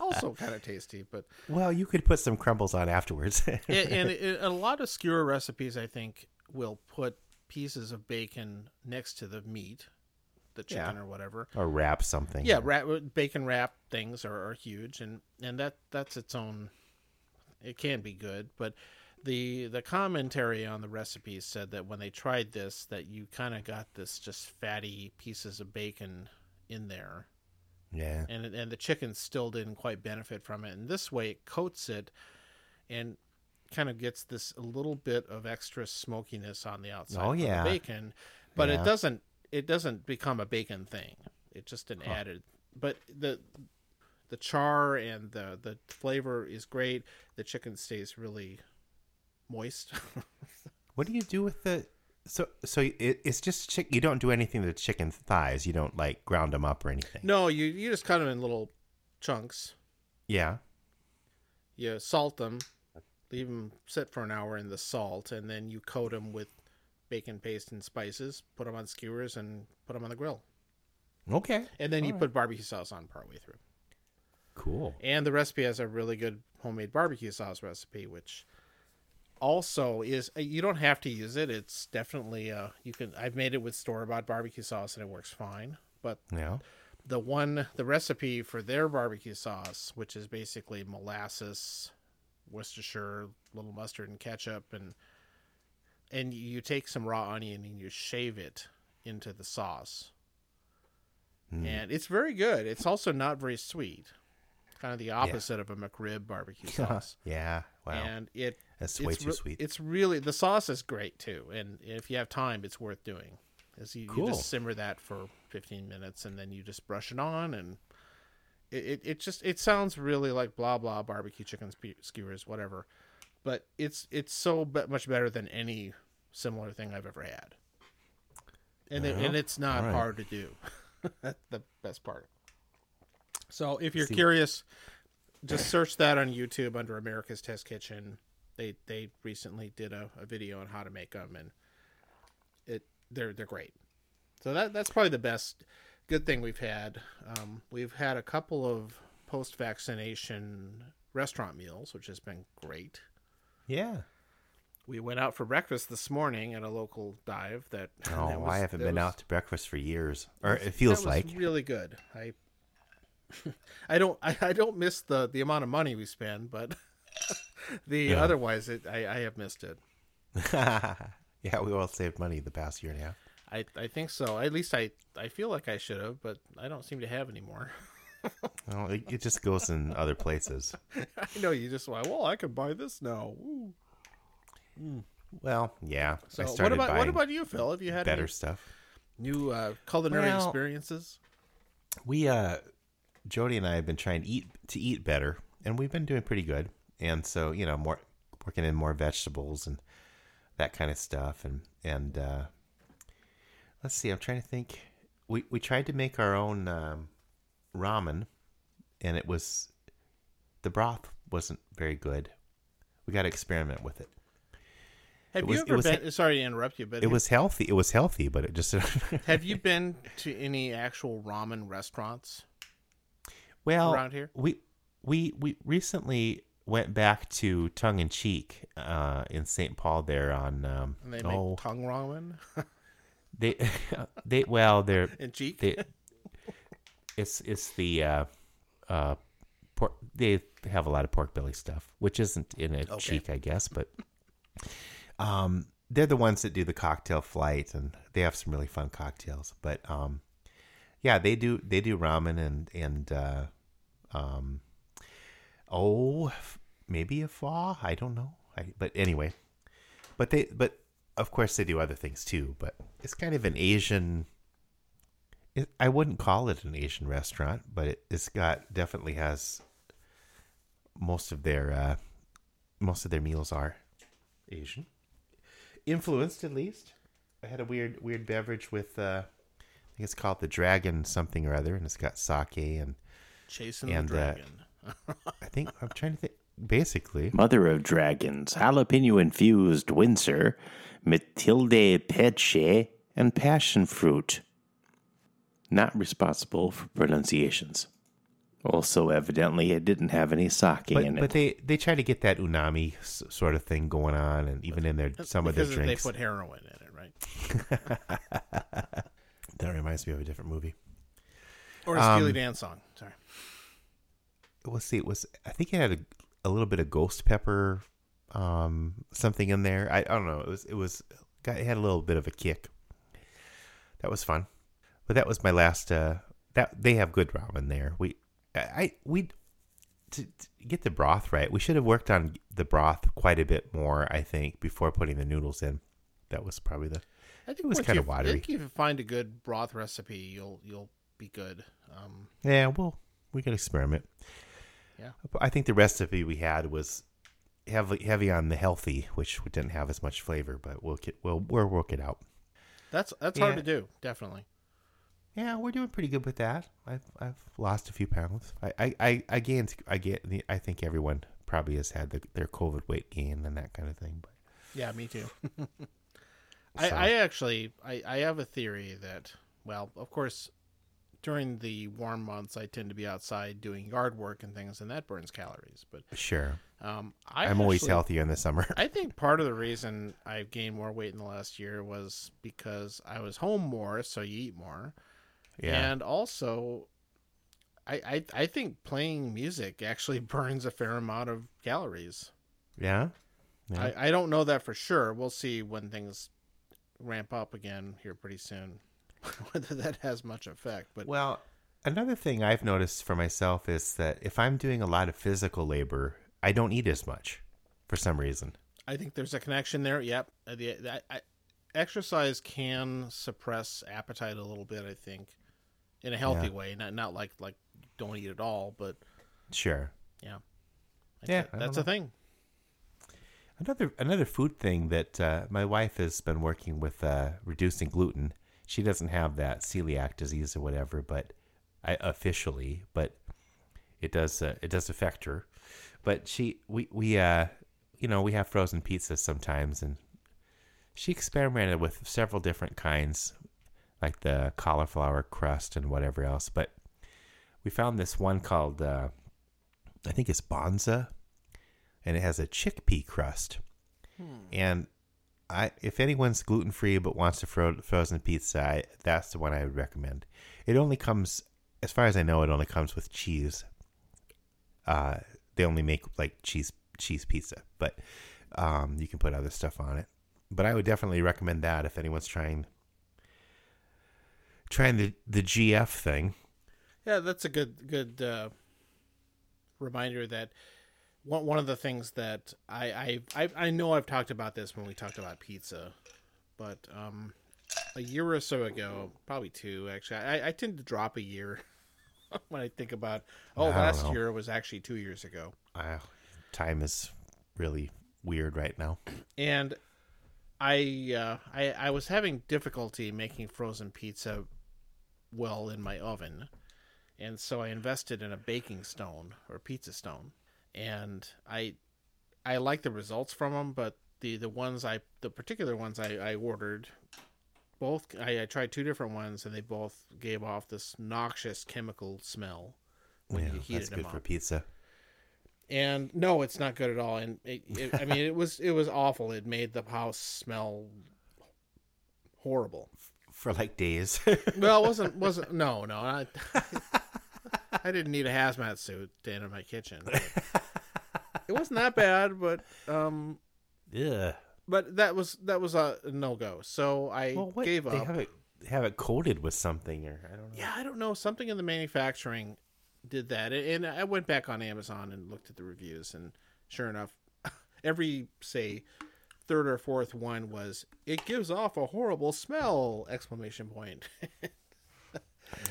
also kind of tasty, but
Well, you could put some crumbles on afterwards.
and, and it, a lot of skewer recipes I think will put pieces of bacon next to the meat, the
Yeah.
chicken or whatever,
or wrap something.
yeah wrap, uh, bacon wrap things are, are huge and and that that's its own it can be good but the the commentary on the recipe said that when they tried this that you kind of got this just fatty pieces of bacon in there
Yeah.
and it- and the chicken still didn't quite benefit from it and this way it coats it and kind of gets this little bit of extra smokiness on the outside
Oh,
from the
yeah.
bacon but
Yeah.
it doesn't it doesn't become a bacon thing it's just an added but the the char and the the flavor is great the chicken stays really moist
What do you do with the? So so it, it's just chick. You don't do anything to the chicken thighs. You don't like ground them up or anything.
No, you you just cut them in little chunks.
Yeah.
You salt them, leave them sit for an hour in the salt, and then you coat them with bacon paste and spices. Put them on skewers and put them on the grill.
Okay.
And then you put barbecue sauce on partway through.
Cool.
And the recipe has a really good homemade barbecue sauce recipe, which also is uh, you don't have to use it. It's definitely uh, you can. I've made it with store bought barbecue sauce and it works fine. But
Yeah.
the one the recipe for their barbecue sauce, which is basically molasses, Worcestershire, little mustard and ketchup, and and you take some raw onion and you shave it into the sauce,
Hmm.
and it's very good. It's also not very sweet, kind of the opposite of a McRib barbecue sauce.
Yeah. Wow.
And it
That's way
it's
too
re-
sweet.
It's really the sauce is great too, and if you have time, it's worth doing. Is you, you
Cool.
just simmer that for 15 minutes, and then you just brush it on, and it, it, it just it sounds really like blah blah barbecue chicken spe- skewers, whatever, but it's it's so be- much better than any similar thing I've ever had, and it, and it's not
all right.
hard to do. That's the best part. So if you're curious, just search that on YouTube under America's Test Kitchen. They they recently did a, a video on how to make them, and it they're they're great. So that that's probably the best good thing we've had. Um, we've had a couple of post vaccination restaurant meals, which has been great.
yeah.
We went out for breakfast this morning at a local dive that.
Oh,
that
I
was-
haven't
that
been
was-
out to breakfast for years, or it feels
that was
like.
really good. I I don't I, I don't miss the the amount of money we spend, but the otherwise it I, I have missed it.
yeah, we all saved money the past year and a half.
I, I think so. At least I I feel like I should have, but I don't seem to have any more.
Well, it, it just goes in other places.
I know you just like, well, I could buy this now. Ooh.
Well, yeah.
So
I
what
started
about
buying
what about you, Phil? Have you had
better
any
stuff.
new uh, culinary
Well-
experiences?
We uh Jody and I have been trying to eat to eat better and we've been doing pretty good. And so, you know, more working in more vegetables and that kind of stuff and and uh let's see, I'm trying to think. We we tried to make our own um ramen and it was the broth wasn't very good. We got to experiment with it.
Have
was-
you
it
ever
was-
been? sorry to interrupt you, but
It
have,
was healthy. It was healthy, but it just
have you been to any actual ramen restaurants?
well
around here?
We we we recently went back to Tongue in Cheek uh, in St. Paul there on um,
And they make
oh
tongue ramen
they they well they're
and cheek.
they it's it's the uh, uh, pork they have a lot of pork belly stuff which isn't in a cheek I guess but um they're the ones that do the cocktail flight and they have some really fun cocktails but um yeah they do they do ramen and and uh um oh f- maybe a pho i don't know I, but anyway but they but of course they do other things too but it's kind of an asian it, i wouldn't call it an asian restaurant but it, it's got definitely has most of their uh most of their meals are asian influenced at least i had a weird weird beverage with uh I think it's called the Dragon something or other, and it's got sake and
Chasing
And,
the
uh,
dragon.
I think I'm trying to think. Basically,
Mother of Dragons, jalapeno infused Windsor, Matilde Peche, and passion fruit. Not responsible for pronunciations. Also, evidently, it didn't have any sake in
but,
it.
but they they try to get that unami s- sort of thing going on, and even in their some of their
because they
drinks.
put heroin in it, right?
that reminds me of a different movie.
Or a Steely
Um,
Dan song. Sorry.
Let's see. It was I think it had a, a little bit of ghost pepper, um, something in there. I, I don't know. It was it was got, it had a little bit of a kick. That was fun, but that was my last. Uh, that they have good ramen there. We I- I we to, to get the broth right, we should have worked on the broth quite a bit more, I think, before putting the noodles in. That was probably the.
I think
It was
once
kinda
you-
watery.
I think if you find a good broth recipe, you'll you'll be good. Um,
Yeah, well, we could experiment.
Yeah.
But I think the recipe we had was heavy heavy on the healthy, which didn't have as much flavor, but we'll get we'll we'll work it out.
That's that's
Yeah.
hard to do, definitely.
Yeah, we're doing pretty good with that. I've I've lost a few pounds. I I I, I gained I get I think everyone probably has had the, their COVID weight gain and that kind of thing. But
Yeah, me too. I,
So-
I actually I, I have a theory that well, of course, during the warm months I tend to be outside doing yard work and things and that burns calories. But
sure,
um I
I'm always
actually-
healthier in the summer.
I think part of the reason I've gained more weight in the last year was because I was home more, so you eat more.
yeah,
And also I, I I think playing music actually burns a fair amount of calories.
yeah. Yeah.
I, I don't know that for sure. We'll see when things ramp up again here pretty soon whether that has much effect. But
Well, another thing I've noticed for myself is that if I'm doing a lot of physical labor, I don't eat as much for some reason.
I think there's a connection there. Yep. Uh, The, the- I, exercise can suppress appetite a little bit, I think, in a healthy
Yeah.
way. Not not like like don't eat at all, but
Sure.
I
Yeah,
thi-
I don't
that's
know.
a thing.
Another another food thing that uh, my wife has been working with uh, reducing gluten. She doesn't have that celiac disease or whatever, but I officially, but it does uh, it does affect her. But she we we uh you know we have frozen pizzas sometimes, and she experimented with several different kinds, like the cauliflower crust and whatever else. But we found this one called uh, I think it's Bonza and it has a chickpea crust.
Hmm.
And I, if anyone's gluten free but wants a fro- frozen pizza, I, that's the one I would recommend. It only comes, as far as I know, it only comes with cheese. Uh, they only make like cheese cheese pizza, but um, you can put other stuff on it. But I would definitely recommend that if anyone's trying trying the the GF thing.
Yeah, that's a good good uh, reminder that one one of the things that I, I I I know I've talked about this when we talked about pizza, but um, a year or so ago, probably two actually, I, I tend to drop a year when I think about oh
I don't
last
know.
year was actually two years ago,
Uh, time is really weird right now.
and I uh, I I was having difficulty making frozen pizza well in my oven, and so I invested in a baking stone or pizza stone, and I I like the results from them, but the the ones I the particular ones I I ordered. Both I, I tried two different ones and they both gave off this noxious chemical smell when
yeah,
you heated
that's
them
good
up
for pizza.
and no it's not good at all and it, it, i mean it was it was awful it made the house smell horrible
for like days.
well it wasn't wasn't no no i, I didn't need a hazmat suit to enter my kitchen it wasn't that bad but um
yeah.
but that was that was a no go so i
Well, what
gave
they
up
have it have it coated with something or I don't know.
yeah i don't know something in the manufacturing did that and i went back on amazon and looked at the reviews and sure enough every say third or fourth one was it gives off a horrible smell exclamation point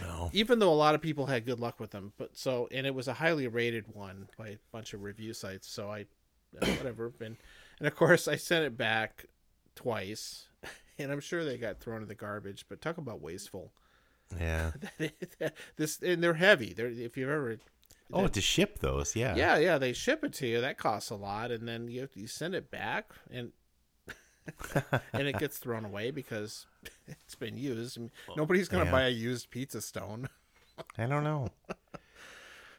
No.
even though a lot of people had good luck with them but so and it was a highly rated one by a bunch of review sites so i uh, whatever and and of course i sent it back twice and i'm sure they got thrown in the garbage but talk about wasteful
Yeah.
this and they're heavy. They're if you've ever
Oh, to ship those, yeah.
yeah yeah they ship it to you that costs a lot and then you you send it back and and it gets thrown away because it's been used. I mean, Nobody's gonna
Yeah.
buy a used pizza stone.
I don't know.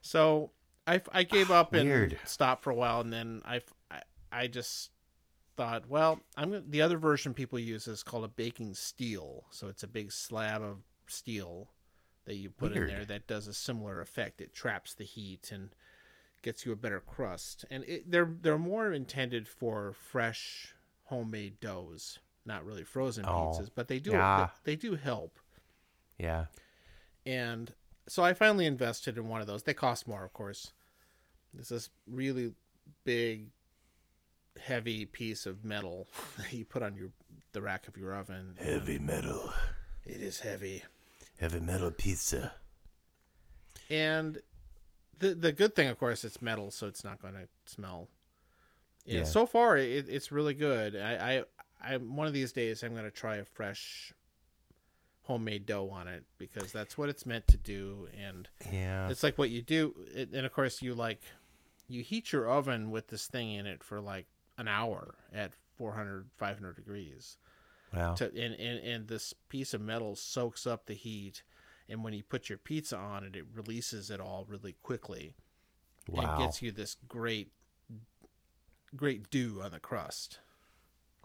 So I, I gave up and
Ah, Weird.
stopped for a while and then I I, I just thought well I'm gonna, the other version people use is called a baking steel so it's a big slab of steel that you put
Weird.
in there that does a similar effect. It traps the heat and gets you a better crust. And it, they're they're more intended for fresh homemade doughs, not really frozen
Oh,
pizzas, but they do
yeah.
they, they do help.
Yeah.
And so I finally invested in one of those. They cost more, of course. It's this really big heavy piece of metal that you put on your the rack of your oven.
Heavy metal.
It is heavy.
Heavy metal pizza.
And the the good thing, of course, it's metal, so it's not going to smell. Yeah,
Yeah.
so far it, it's really good. I, I, I, one of these days I'm gonna try a fresh homemade dough on it because that's what it's meant to do, and
Yeah.
it's like what you do. It, and of course, you like you heat your oven with this thing in it for like an hour at 400 500 degrees
Wow.
to, and, and and this piece of metal soaks up the heat and when you put your pizza on it it releases it all really quickly
Wow.
and gets you this great great dew on the crust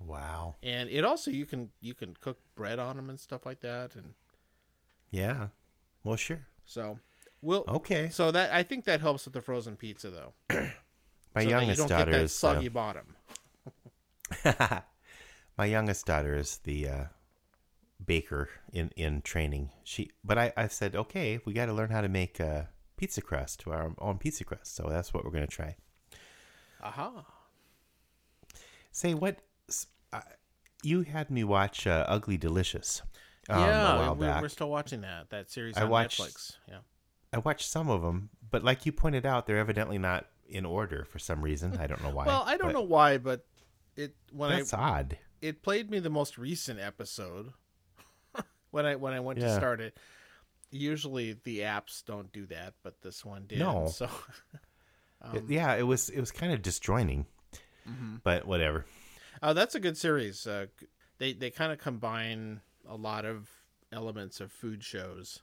Wow.
and it also you can you can cook bread on them and stuff like that and
Yeah. Well, sure.
so we'll
Okay.
so that i think that helps with the frozen pizza though
My
so that
youngest
you don't
daughter
get that
is uh,
soggy bottom
my youngest daughter is the uh, baker in, in training. She, but I, I said, okay, we got to learn how to make uh, pizza crust, our own pizza crust. So that's what we're going to try. Um,
aha
Say what? s- I- you had me watch uh, Ugly Delicious. Um,
yeah
a while
we,
back.
are still watching that that series
I
on
watched-
netflix yeah
I watched some of them, but like you pointed out, they're evidently not in order for some reason. I don't know why.
well i don't
but
know why but it when i
That's odd.
it played me the most recent episode when I when I went to
Yeah.
start it. Usually the apps don't do that, but this one did.
No.
So um,
It- yeah, it was it was kind of disjoining,
Mm-hmm.
but whatever.
uh, that's a good series. Uh, g- they they kind of combine a lot of elements of food shows.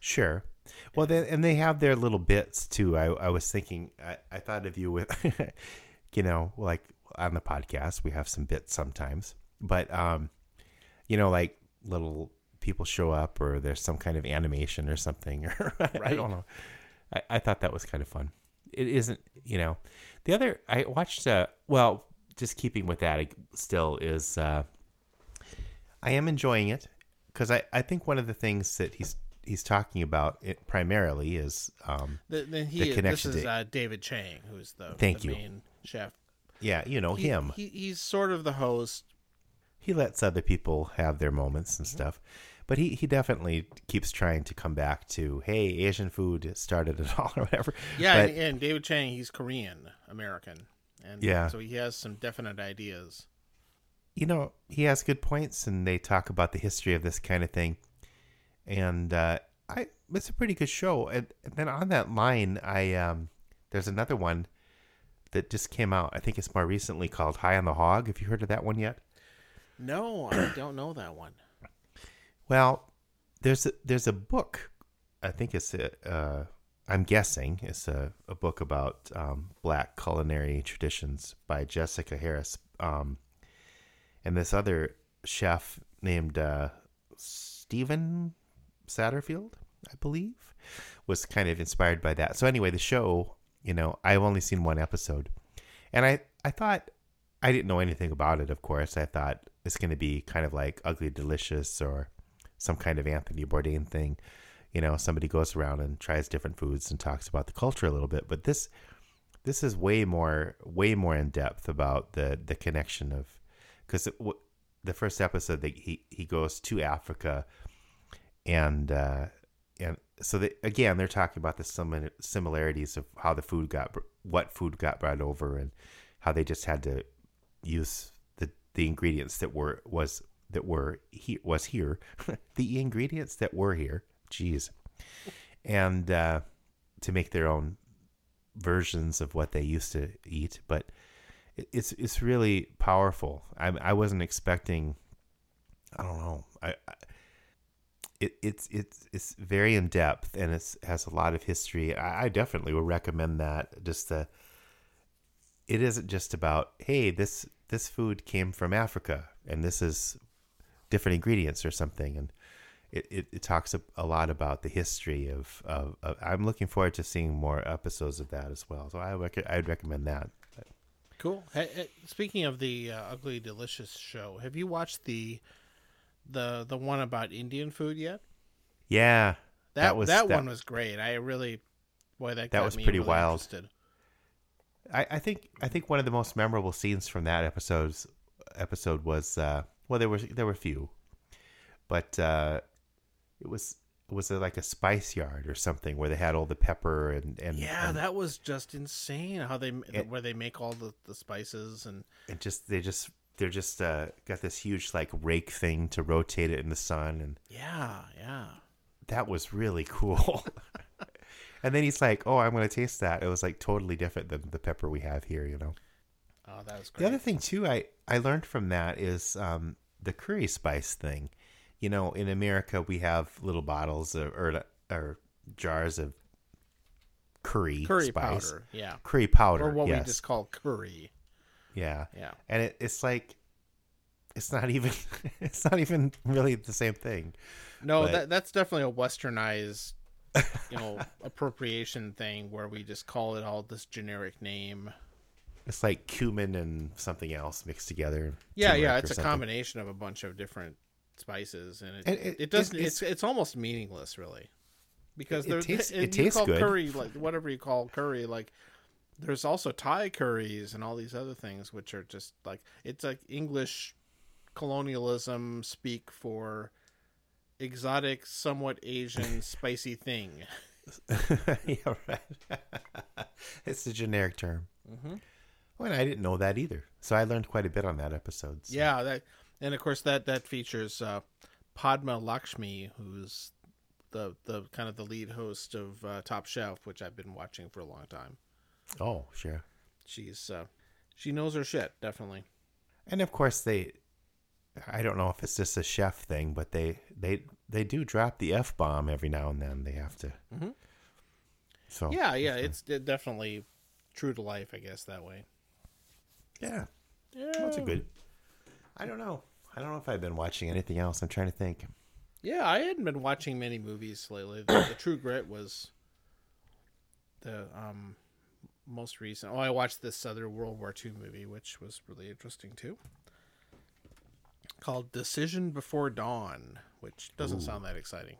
Sure. Well, then, and they have their little bits too. I, I was thinking, I, I thought of you with, you know, like on the podcast, we have some bits sometimes, but, um, you know, like little people show up or there's some kind of animation or something, or I
Right.
don't know. I, I thought that was kind of fun. It isn't, you know, the other, I watched, uh, well, just keeping with that it still is, uh, I am enjoying it because I, I think one of the things that he's he's talking about it primarily is um,
The, then he
The
this
connection
is
to-
uh, David Chang, who's the
Thank
the
you.
main chef.
yeah you know
He-
him he,
He, he's sort of the host.
lets other people have their moments
Mm-hmm.
and stuff but he, he definitely keeps trying to come back to hey Asian food started it all or whatever
Yeah,
But-
and, and David Chang, he's Korean American, and
Yeah.
so he has some definite ideas.
you know, he has good points, and they talk about the history of this kind of thing. And uh, I, it's a pretty good show. And, and then on that line, I um, there's another one that just came out. I think it's more recently called High on the Hog. Have you heard of that one yet?
No, I don't know that one.
Well, there's a, there's a book. I think it's a, uh, I'm guessing it's a, a book about um, black culinary traditions by Jessica Harris, um, and this other chef named uh, Stephen Satterfield, I believe, was kind of inspired by that. So anyway, the show, you know, I've only seen one episode, and I I thought I didn't know anything about it. Of course, I thought it's going to be kind of like Ugly Delicious or some kind of Anthony Bourdain thing. You know, somebody goes around and tries different foods and talks about the culture a little bit. But this this is way more way more in depth about the the connection of because w- the first episode they, he he goes to Africa and uh, and so they, again they're talking about the similar similarities of how the food got br- what food got brought over and how they just had to use the the ingredients that were was that were he was here the ingredients that were here jeez and uh, to make their own versions of what they used to eat but it- it's it's really powerful i i wasn't expecting i don't know i, I it, it's it's it's very in depth and it's has a lot of history. I, I definitely would recommend that. Just the it isn't just about hey this this food came from Africa and this is different ingredients or something and it, it, it talks a, a lot about the history of, of, of I'm looking forward to seeing more episodes of that as well so I rec- I'd recommend that
Cool. Hey, hey, speaking of the uh, Ugly Delicious show, have you watched the the the one about Indian food yet?
yeah
That that, one was great. I really boy that got
was
me
pretty
really
wild.
interested.
I, I think I think one of the most memorable scenes from that episode's episode was uh, well there was there were a few, but uh, it was was it like a spice yard or something where they had all the pepper and and
Yeah,
and,
that was just insane. How they where they make all the, the spices and
and just they just they're just uh, got this huge like rake thing to rotate it in the sun and
yeah, yeah.
that was really cool. and then he's like, "Oh, I'm going to taste that." It was like totally different than the pepper we have here, you know.
Oh, that was great.
The other thing too, I I learned from that is um, the curry spice thing. You know, in America we have little bottles of, or or jars of curry
curry
spice.
powder, yeah,
curry powder,
or what
yes,
we just call curry.
yeah,
Yeah,
and it, it's like it's not even it's not even really the same thing.
no,
But-
that that's definitely a westernized, you know, appropriation thing where we just call it all this generic name.
It's like cumin and something else mixed together.
Yeah, yeah,
turmeric
it's
or
a
something.
combination of a bunch of different spices, and it
And
it,
it-
doesn't
it-
it's, it's almost meaningless really, because
It- it
there
tastes-
and
it
you
tastes
call
good.
curry like whatever you call curry like. There's also Thai curries and all these other things which are just like it's like English colonialism speak for exotic, somewhat Asian, spicy thing.
yeah, right. it's a generic term.
Mm-hmm.
Well, I didn't know that either. So I learned quite a bit on that episode. so-
Yeah, that and of course that that features uh, Padma Lakshmi, who's the the kind of the lead host of uh, Top Chef, which I've been watching for a long time.
Oh, sure.
She's uh, she knows her shit definitely.
And of course they I don't know if it's just a chef thing, but they they they do drop the F bomb every now and then. They have to.
Mhm.
So
yeah, yeah, it's de- definitely true to life, I guess that way.
Yeah.
Yeah,
That's a good. I don't know. I don't know if I've been watching anything else. I'm trying to think.
Yeah, I hadn't been watching many movies lately. The, the True Grit was the um most recent. Oh, I watched this other World War II movie, which was really interesting too, called Decision Before Dawn, which doesn't sound that exciting.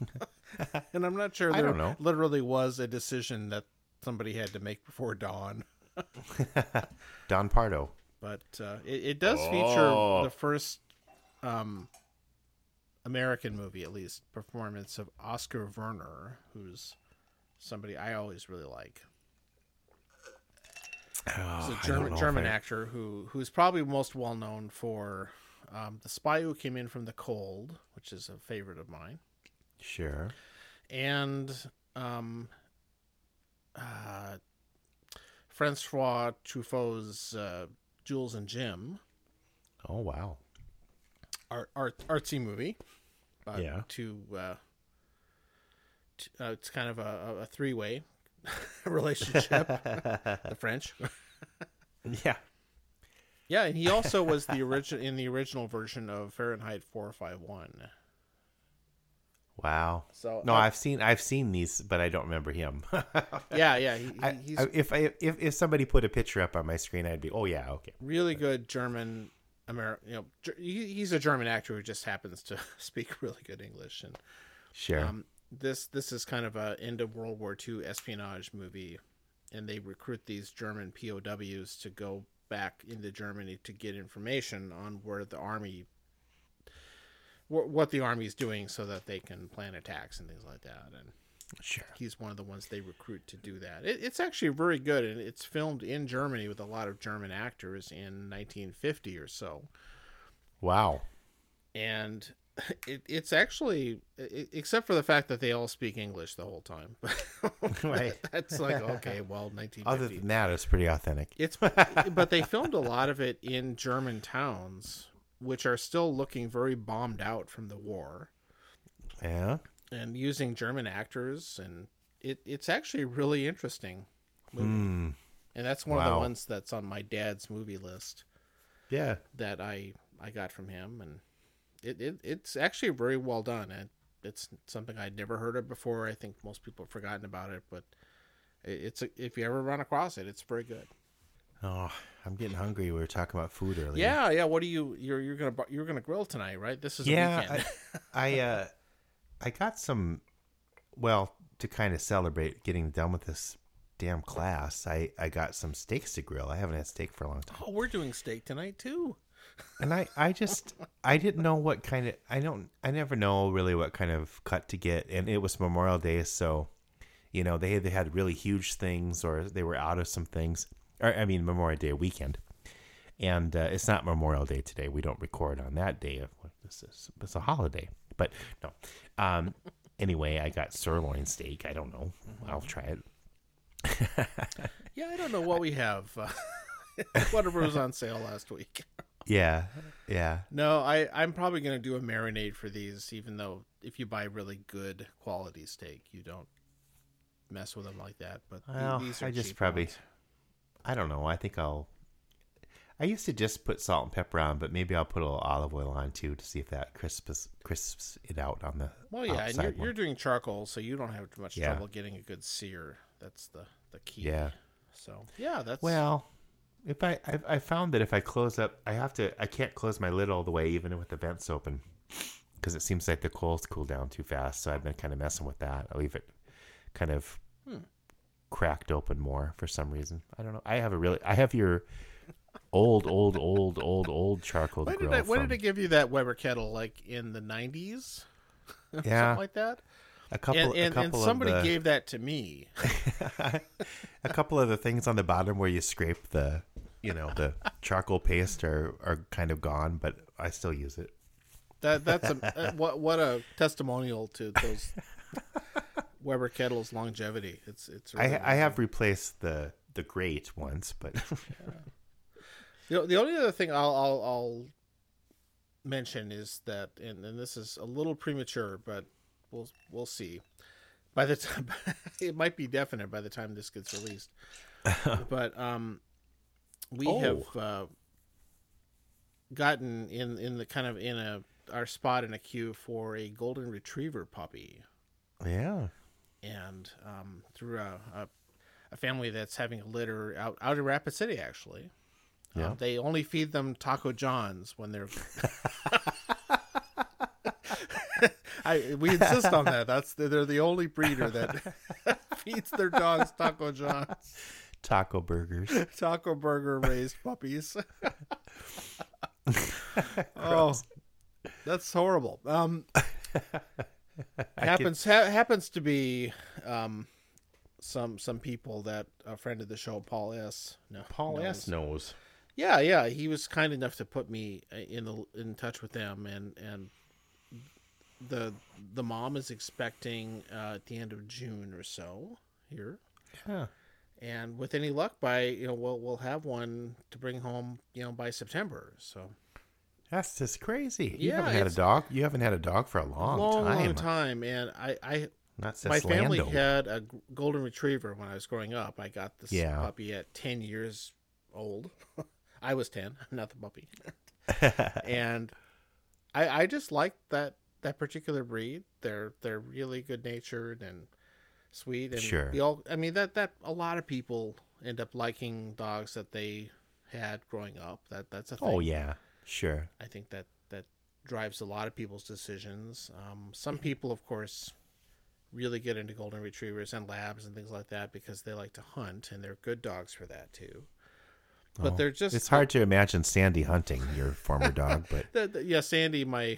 and I'm not sure
I
there
don't know.
literally was a decision that somebody had to make before dawn,
Don Pardo.
but uh, it, it does
Oh.
feature the first um, American movie, at least, performance of Oscar Werner, who's somebody I always really like. He's a
Oh, I don't know
German
if
German
I-
actor who who's probably most well known for um, the Spy Who Came In from the Cold, which is a favorite of mine,
Sure.
and um, uh, Francois Truffaut's uh, Jules and Jim,
Oh wow.
art, art artsy movie. But
Yeah.
To uh, t- uh, it's kind of a, a three way relationship. the French.
yeah.
Yeah, and he also was the original in the original version of Fahrenheit 451.
Wow.
So
No,
uh,
I've seen I've seen these, but I don't remember him.
yeah, yeah, he, he-
I,
he's
I- if I if, if somebody put a picture up on my screen, I'd be oh yeah okay
really good German Ameri- you know, Ger- he- he's a German actor who just happens to speak really good English and
sure
um this this is kind of a end of World War II espionage movie and they recruit these German POWs to go back into Germany to get information on where the army wh- what the army's doing so that they can plan attacks and things like that and
sure
he's one of the ones they recruit to do that. It, it's actually very good, and it's filmed in Germany with a lot of German actors in 1950 or so.
wow
And it, it's actually, i- except for the fact that they all speak English the whole time,
Right.
That's like okay, well, 1950.
other than that it's pretty authentic
It's e, but they filmed a lot of it in German towns, which are still looking very bombed out from the war.
yeah
and using German actors, and it, it's actually really interesting. Movie.
Hmm.
And that's one of the
Mm. Wow.
ones that's on my dad's movie list
yeah
that I I got from him, and it, it it's actually very well done. And it's something I'd never heard of before. I think most people have forgotten about it, but it, it's a, if you ever run across it, it's very good.
oh I'm getting hungry we were talking about food earlier
Yeah, yeah. What do you you're you're gonna bu- you're gonna grill tonight, right? This is a
yeah
weekend.
I, I uh I got some well to kind of celebrate getting done with this damn class I I got some steaks to grill I haven't had steak for a long time
oh, we're doing steak tonight too.
and I, I just I didn't know what kind of I don't I never know really what kind of cut to get and it was Memorial Day so you know they they had really huge things or they were out of some things or I mean Memorial Day weekend and uh, it's not Memorial Day today we don't record on that day of what this is it's a holiday but no um anyway I got sirloin steak I don't know I'll try it
Yeah, I don't know what we have. Uh, whatever was on sale last week.
yeah yeah
No, I I'm probably gonna do a marinade for these, even though if you buy really good quality steak, you don't mess with them like that. But the-
Well,
these are
I just
cheap
probably,
ones.
I don't know. I think I'll. I used to just put salt and pepper on, but maybe I'll put a little olive oil on too to see if that crisps crisps it out on the.
Well, yeah, and
outside
you're,
one.
you're doing charcoal, so you don't have much
Yeah.
trouble getting a good sear. That's the the key.
yeah.
So yeah, that's
Well, if I I've, I found that if I close up, I have to. I can't close my lid all the way, even with the vents open, because it seems like the coals cool down too fast. So I've been kind of messing with that. I leave it kind of
Hmm.
cracked open more for some reason. I don't know. I have a really. I have your old, old, old, old, old charcoal
When
grill.
did I, when
from-
did it give you that Weber kettle? Like in the nineties,
yeah,
something like that.
a couple,
And
a
and, and
couple
somebody
of the,
gave that to me.
a couple of the things on the bottom where you scrape the, you know, the charcoal paste are are kind of gone, but I still use it.
That that's a uh, what what a testimonial to those Weber kettles longevity. It's it's. Really
I, I have replaced the the grate once, but
The, the only other thing I'll, I'll I'll mention is that, and, and this is a little premature, but we'll we'll see. By the time it might be definite by the time this gets released, but um, we
Oh.
have uh, gotten in in the kind of in a our spot in a queue for a golden retriever puppy
yeah,
and um, through a, a, a family that's having a litter out out in Rapid City, actually. Um,
Yeah.
they only feed them Taco Johns when they're. I we insist on that. That's they're the only breeder that feeds their dogs Taco Johns,
taco burgers.
Taco Burger raised puppies. oh, that's horrible. Um,
I could-
happens ha- happens to be um some some people that a friend of the show Paul S. No,
Paul
knows.
S knows.
Yeah, yeah, he was kind enough to put me uh, in the in touch with them, and and the the mom is expecting uh, at the end of June or so here,
Yeah.
and with any luck, by you know we'll we'll have one to bring home you know by September. So
That's just crazy. You
Yeah,
haven't had a
it's-
dog. You haven't had a dog for a long,
long
time.
long time, and I I
Not since
my family
Lando.
had a g- golden retriever when I was growing up. I got this
Yeah.
puppy at 10 years old. I was 10, not the puppy. and I I just liked that that particular breed. They're they're really good-natured and sweet and
Sure.
we all I mean that that a lot of people end up liking dogs that they had growing up. That that's a thing.
oh yeah, sure.
I think that that drives a lot of people's decisions. Um, some people, of course, really get into golden retrievers and labs and things like that because they like to hunt and they're good dogs for that too. But
Oh,
they're just
It's hard to imagine Sandy hunting your former dog, but
The, the- yeah, Sandy, my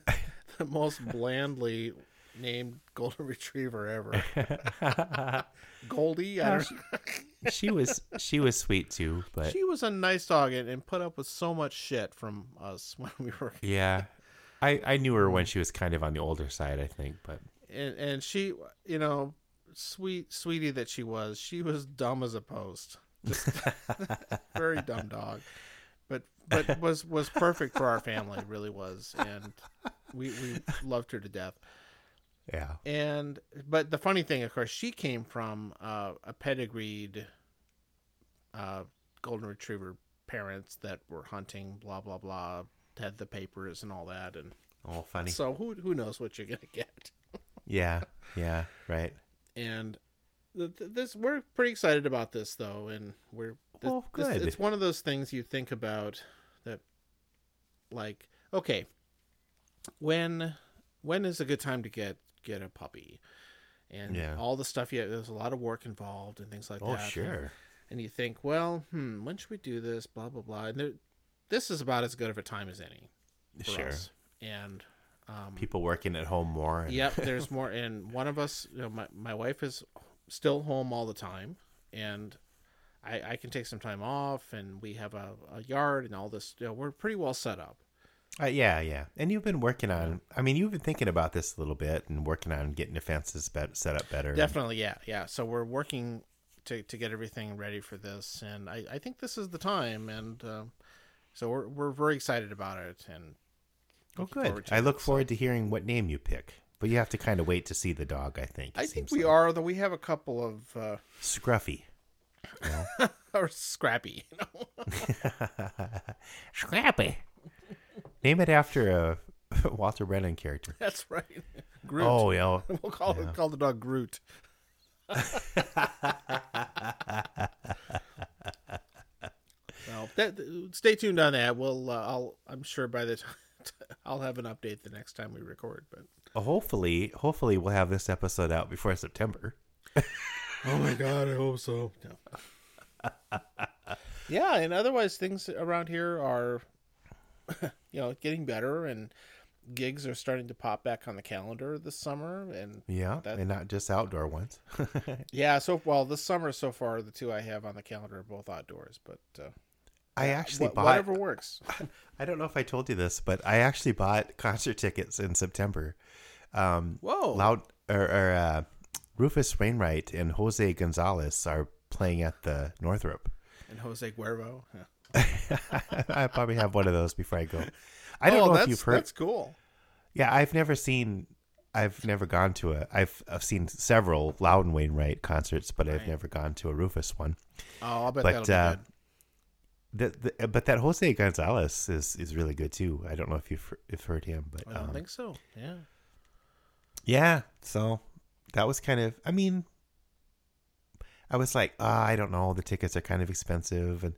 the most blandly named golden retriever ever. Goldie, I don't,
she was she was sweet too. But
she was a nice dog and, and put up with so much shit from us when we were
yeah, I I knew her when she was kind of on the older side, I think. But
and and she you know sweet sweetie that she was she was dumb as a post just very dumb dog but but was was perfect for our family really was and we we loved her to death
yeah,
and but the funny thing of course she came from uh, a pedigreed uh, golden retriever parents that were hunting blah blah blah had the papers and all that and
oh funny.
so who who knows what you're gonna get
Yeah, yeah, right.
and th- th- this we're pretty excited about this though and we're this,
Oh,
this-
good.
it's one of those things you think about that like okay when when is a good time to get get a puppy and
Yeah.
all the stuff you there's a lot of work involved and things like
Oh
that
sure.
and you think well hmm when should we do this blah blah blah and there this is about as good of a time as any. for
Sure.
us. And um,
People working at home more. and-
yep, there's more. And one of us, you know, my my wife is still home all the time, and I I can take some time off, and we have a, a yard and all this. You know, we're pretty well set up.
Uh, yeah, yeah. And you've been working on. I mean, you've been thinking about this a little bit and working on getting the fences bet set up better.
Definitely, yeah, yeah. So we're working to, to get everything ready for this, and I, I think this is the time, and um so we're we're very excited about it, and
Oh,
looking
good.
forward to
I
it.
look forward to hearing what name you pick, but you have to kind of wait to see the dog. I think. it
I think
seems
we
like.
are, though we have a couple of uh,
Scruffy.
are scrappy. You know?
Scrappy. Name it after a Walter Brennan character.
That's right, Groot.
Oh yeah.
We'll call call the dog Groot. well, that, stay tuned on that. We'll uh, I'll I'm sure by the time I'll have an update the next time we record. But
Hopefully, hopefully we'll have this episode out before September.
oh my god, I hope so. yeah, and otherwise things around here are you know getting better and gigs are starting to pop back on the calendar this summer and
Yeah,
That-
and not just outdoor ones.
Yeah, so well this summer so far the two I have on the calendar are both outdoors, but uh,
I actually
wha-
bought.
whatever works.
I don't know if I told you this, but I actually bought concert tickets in September. Um,
Whoa!
Loud or, or uh, Rufus Wainwright and Jose Gonzalez are playing at the Northrop.
And Jose Guervo. Yeah.
I probably have one of those before I go. I don't
oh,
know
that's
if you've heard.
that's cool.
Yeah, I've never seen. I've never gone to a. I've I've seen several Loudon Wainwright concerts, but I've never gone to a Rufus one.
Oh, I'll bet
But,
that'll
uh,
be good.
The, the, but that Jose Gonzalez is, is really good too. I don't know if you've, if heard him, but
I don't
um,
think so. Yeah.
Yeah. So that was kind of, I mean, I was like, ah, I don't know. The tickets are kind of expensive and,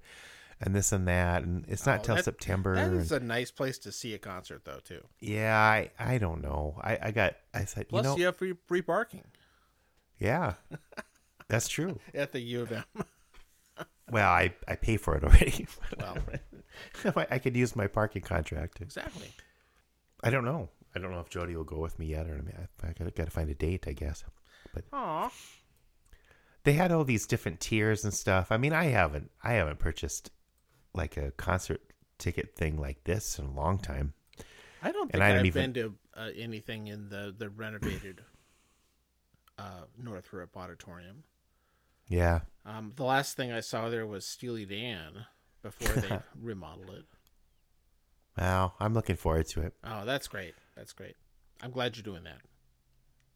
and this and that. And it's not
Oh,
till
that-
September.
That
and-
is a nice place to see a concert though too.
yeah. I, I don't know. I, I got, I said,
Plus
you know,
you have free, free parking
yeah, that's true.
at the U of M.
Well, I, I pay for it already.
well,
I I could use my parking contract.
exactly.
I don't know. I don't know if Jody will go with me yet or I mean, I, I gotta, gotta find a date, I guess. But
Aw.
they had all these different tiers and stuff. I mean, I haven't I haven't purchased like a concert ticket thing like this in a long time.
I don't think
I don't
I've
even-
been to uh, anything in the the renovated uh, Northrop Auditorium.
Yeah.
Um, the last thing I saw there was Steely Dan before they remodeled it.
Wow, I'm looking forward to it.
Oh, that's great. That's great. I'm glad you're doing that.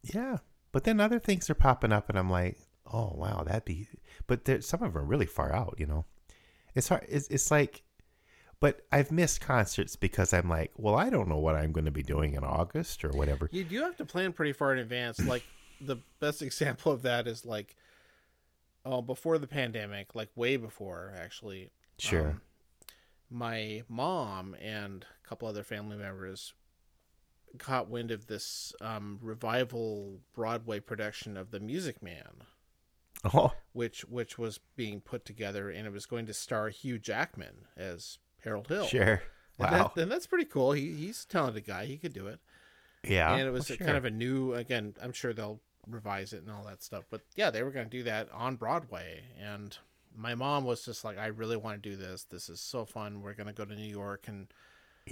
Yeah. But then other things are popping up and I'm like, "Oh, wow, that'd be But there, some of them are really far out, you know. It's hard it's, it's like but I've missed concerts because I'm like, well, I don't know what I'm going to be doing in August or whatever.
You do have to plan pretty far in advance. Like the best example of that is like, oh, before the pandemic, like way before actually.
Sure.
um, my mom and a couple other family members caught wind of this um, revival Broadway production of The Music Man,
oh,
which which was being put together, and it was going to star Hugh Jackman as Harold Hill.
sure.
And,
Wow.
that, and that's pretty cool. He, he's a talented guy. He could do it.
yeah.
and it was
Well,
a- kind
sure.
of a new again i'm sure they'll revise it and all that stuff but yeah they were going to do that on broadway and my mom was just like i really want to do this this is so fun we're going to go to new york and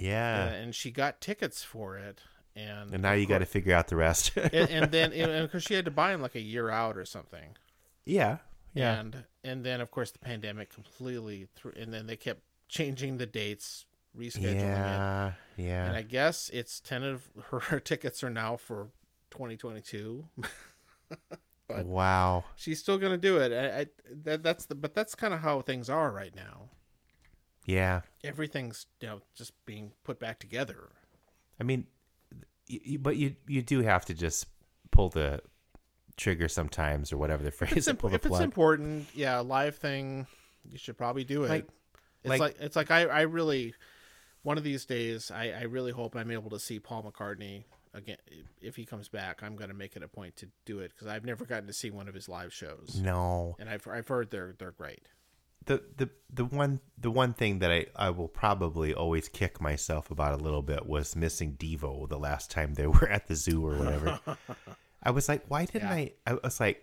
uh,
yeah.
and she got tickets for it and
And now you got to figure out the rest.
and, and then because she had to buy them like a year out or something
yeah. Yeah.
and and then of course the pandemic completely threw and then they kept changing the dates rescheduling it
Yeah.
and
Yeah.
i guess it's tentative her, her tickets are now for 2022 but-
wow.
she's still gonna do it. I, I that, that's the but that's kind of how things are right now.
Yeah.
Everything's you know just being put back together.
I mean, y y- but you you do have to just pull the trigger sometimes or whatever the phrase
It's
is.
imp-
Pull the
if it's
plug.
important, yeah, a live thing, you should probably do it.
Like-
it's
like-
like, it's like I, I really one of these days I, I really hope I'm able to see Paul McCartney again if he comes back. I'm gonna make it a point to do it because I've never gotten to see one of his live shows,
no.
and I've I've heard they're they're great.
the the the one the one thing that I I will probably always kick myself about a little bit was missing Devo the last time they were at the zoo or whatever. I was like, why didn't
Yeah.
I? I was like,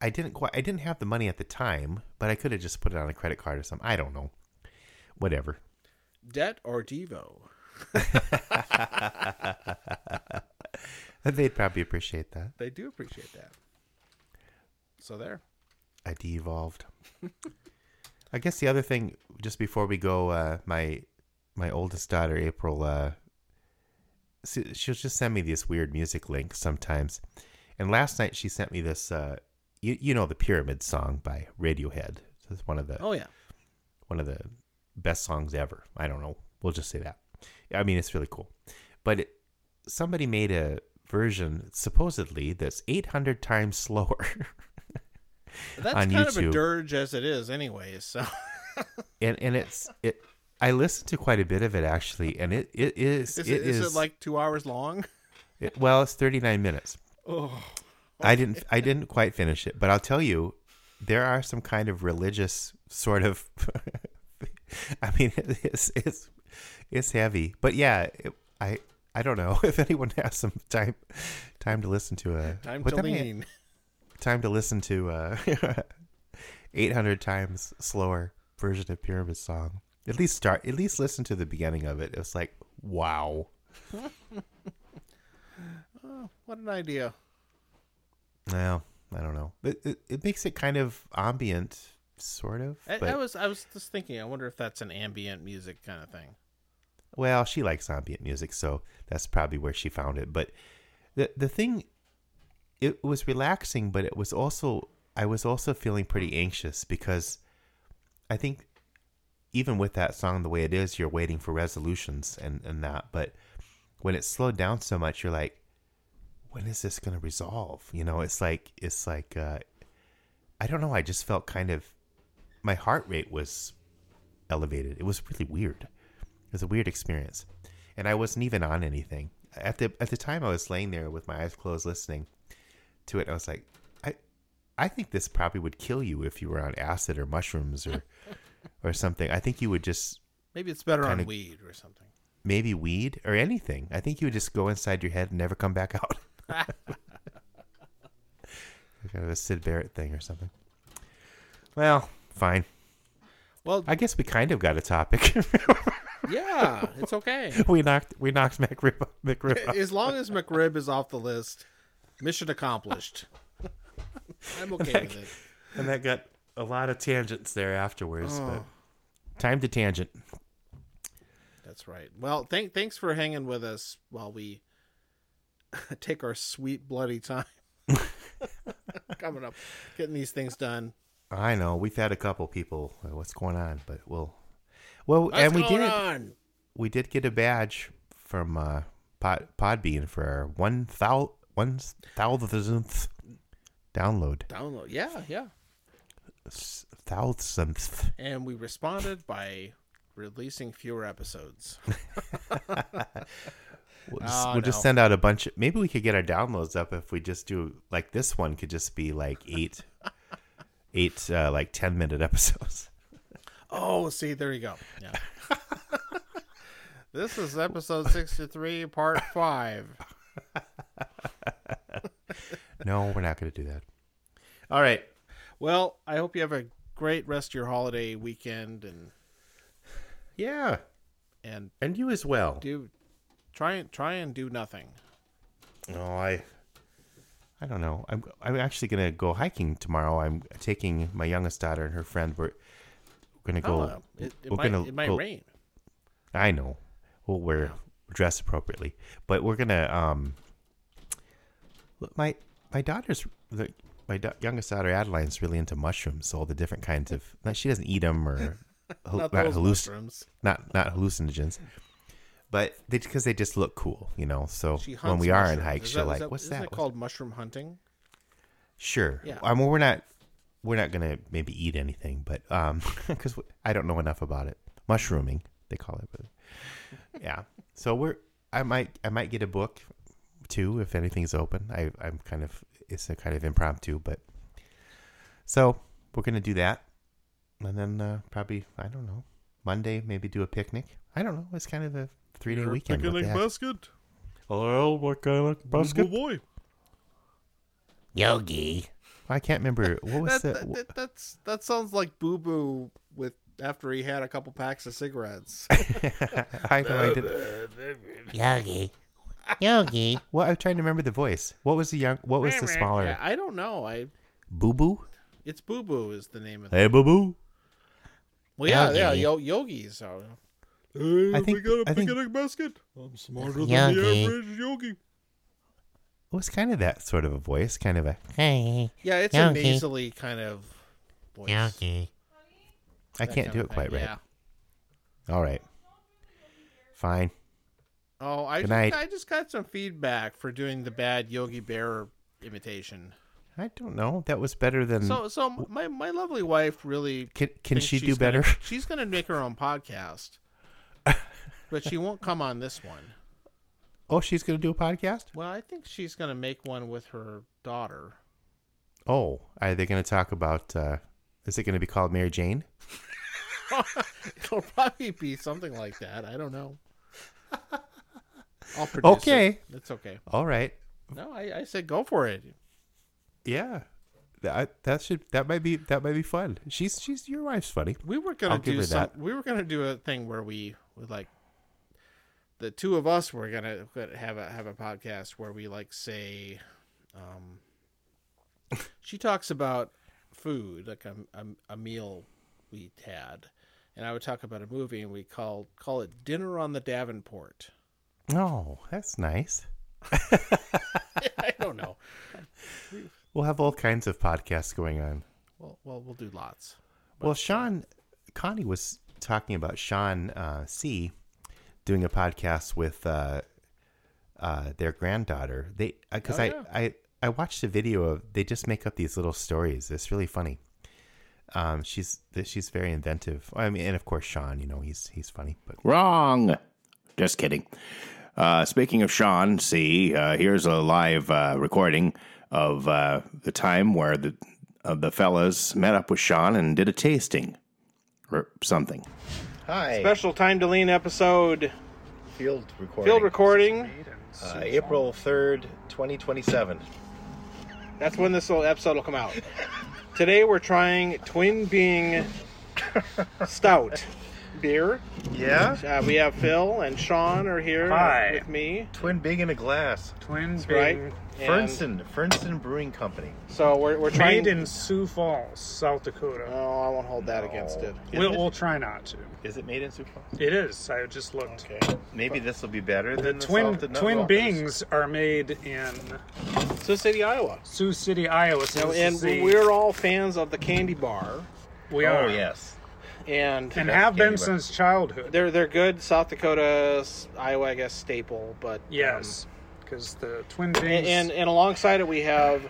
I didn't quite. I didn't have the money at the time, but I could have just put it on a credit card or something. I don't know. Whatever.
Debt or Devo?
They'd probably appreciate that.
They do appreciate that. So there.
I de-evolved. I guess the other thing, just before we go, uh, my my oldest daughter April, uh, she- she'll just send me these weird music links sometimes. And last night she sent me this, uh, you you know, the Pyramid Song by Radiohead. It's one of the
Oh yeah.
one of the best songs ever. I don't know. We'll just say that. I mean, it's really cool. But it, somebody made a version supposedly that's 800 times slower.
That's
On
kind of a
YouTube.
dirge as it is anyways, so
and and it's it i listened to quite a bit of it actually and it it is,
is
it
it, is,
is
it like two hours long?
it- well it's 39 minutes
Oh
i didn't i didn't quite finish it but i'll tell you there are some kind of religious sort of i mean it's it's it's heavy but yeah it, i i don't know if anyone has some time time to listen to a
time
what
to
am I-
lean.
time to listen to uh 800 times slower version of pyramid song at least start at least listen to the beginning of it it was like wow
What an idea.
well i don't know it, it, it makes it kind of ambient sort of
I,
but,
I was I was just thinking, I wonder if that's an ambient music kind of thing.
well she likes ambient music so that's probably where she found it but the the thing it was relaxing but it was also i was also feeling pretty anxious because i think even with that song the way it is you're waiting for resolutions and and that but when it's slowed down so much you're like when is this going to resolve you know it's like it's like uh i don't know i just felt kind of my heart rate was elevated it was really weird it was a weird experience and i wasn't even on anything at the at the time i was laying there with my eyes closed listening to it and i was like i i think this probably would kill you if you were on acid or mushrooms or or something i think you would just
Maybe it's better on
Kinda-
weed or something.
maybe weed or anything. I think you would just go inside your head and never come back out. kind of a Sid Barrett thing or something. Well, fine.
Well,
I guess we kind of got a topic.
yeah, it's okay.
we knocked we knocked McRib McRib. off.
As long as McRib is off the list, mission accomplished. I'm okay with it.
and that got a lot of tangents there afterwards.
Oh.
But time to tangent.
That's right. Well, thank thanks for hanging with us while we take our sweet bloody time coming up, getting these things done.
I know we've had a couple people. uh, What's going on? But we'll. Well,
What's
and we
going
did.
on?
we did get a badge from uh, Pod Podbean for our one thou one thousandth download.
Download. Yeah, yeah.
S- Thousandth.
And we responded by releasing fewer episodes.
We'll just,
Oh,
we'll just
no.
send out a bunch. Of, maybe we could get our downloads up if we just do like this one could just be like eight, eight uh, like ten minute episodes.
Oh, see, there you go. Yeah. this is episode 63, part 5.
No, we're not going to do that. All right.
Well, I hope you have a great rest of your holiday weekend and
Yeah,
and
and you as well.
do try and try and do nothing.
No, Oh, I. I don't know. I'm I'm actually gonna go hiking tomorrow. I'm taking my youngest daughter and her friend. We're gonna go.
Oh, it, it
we're
might,
gonna
it might
go-
rain.
I know. We'll wear dress appropriately, but we're gonna um. look, My my daughter's the, my da- youngest daughter Adeline's really into mushrooms, so all the different kinds of. Not, she doesn't eat them or hal-
Not,
not
those
halluc-
mushrooms.
not not hallucinogens, but they because they just look cool, you know. So
She hunts
when we are on
mushrooms.
hikes,
Is
she'll
that- is
like,
that-
"What's
isn't
that?
it
What's
called mushroom hunting?
Sure.
Yeah.
I mean, we're not we're not gonna maybe eat anything, but um, because I don't know enough about it. Mushrooming, they call it. But yeah. So we're I might I might get a book too if anything's open. I I'm kind of it's a kind of impromptu, but so we're gonna do that. and then uh, probably I don't know Monday maybe do a picnic. I don't know. It's kind of a three day weekend. What the heck?
basket.
Hello, what kind of
boy.
Yogi.
I can't remember what was
That,
the
that, that, that's, that sounds like Boo Boo with after he had a couple packs of cigarettes.
I have no idea.
Yogi. Yogi.
Well, I'm trying to remember the voice. What was the young? What was the
Yeah,
smaller?
I don't know. I
Boo Boo.
It's Boo Boo is the name of it.
Hey, Boo Boo.
Well, yeah,
Yogi.
yeah, yo- Yogi's. out.
I we think- got a I think- picnic
basket. I'm smarter
than the Yogi. average
Yogi.
It was kind of that sort of a voice, kind of a.
Hey.
Yeah, it's
Yogi.
a nasally kind of voice.
Yogi.
I
That
can't
kind
do
of
it quite
thing,
right.
yeah.
All right. Fine.
Oh, I
Good
just,
night.
I just got some feedback for doing the bad Yogi Bear imitation.
I don't know. That was better than.
So, so my, my lovely wife really
Mm. can can
thinks
she do
she's
better?
Gonna, she's going to make her own podcast, but she won't come on this one.
Oh, she's gonna do a podcast.
Well, I think she's going to make one with her daughter.
Oh, are they gonna talk about? uh Is it gonna be called Mary Jane?
It'll probably be something like that. I don't know. I'll produce
Okay.
it. It's okay.
All right.
No, I, I said go for it.
Yeah. That that should that might be that might be fun. She's she's your wife's funny.
We were gonna
I'll give
do
her
some.
that.
We were gonna do a thing where we would like the two of us were gonna gonna have a have a podcast where we like say, um, she talks about food like a, a, a meal we had, and I would talk about a movie and we call call it dinner on the Davenport.
Oh, that's nice.
I don't know.
We'll have all kinds of podcasts going on.
Well, well, we'll do lots.
Well, Sean, Connie was talking about Sean uh, C doing a podcast with uh, uh, their granddaughter. They because
Oh,
I,
yeah.
I I watched a video of they just make up these little stories. It's really funny. Um, she's she's very inventive. I mean, and of course Sean, you know, he's he's funny. But
Wrong. Just kidding. Uh, speaking of Sean, see, uh, here's a live uh, recording of uh, the time where the uh, the fellas met up with Sean and did a tasting or something.
Hi.
Special time to lean episode
field recording.
field recording.
Uh, April 3rd, 2027.
That's when this little episode will come out. Today we're trying Twin Being Stout beer.
Yeah?
Uh, we have Phil and Sean are here
Hi.
with me,
Twin Big in a Glass.
Twins
right?
being
And
Fernston. Fernston Brewing Company.
So we're, we're trying.
made in Sioux Falls, South Dakota.
Oh, I won't hold that against it.
Oh. Is
we'll,
it-
we'll try not to.
Is it made in Sioux Falls?
It is. I just looked.
Okay. Maybe this will be better
The
than the
twin
salted nut
twin
rollers.
bings are made in
Sioux City, Iowa.
Oh. Sioux City, Iowa.
You know,
So
and we're all fans of the candy bar,
we
Oh,
are
yes.
and
and
Best
have been
candy bar.
since
Um,
childhood.
they're they're good. South Dakota, s- Iowa, I guess staple, but um,
Yes, because the twin
and,
bings
and and alongside it we have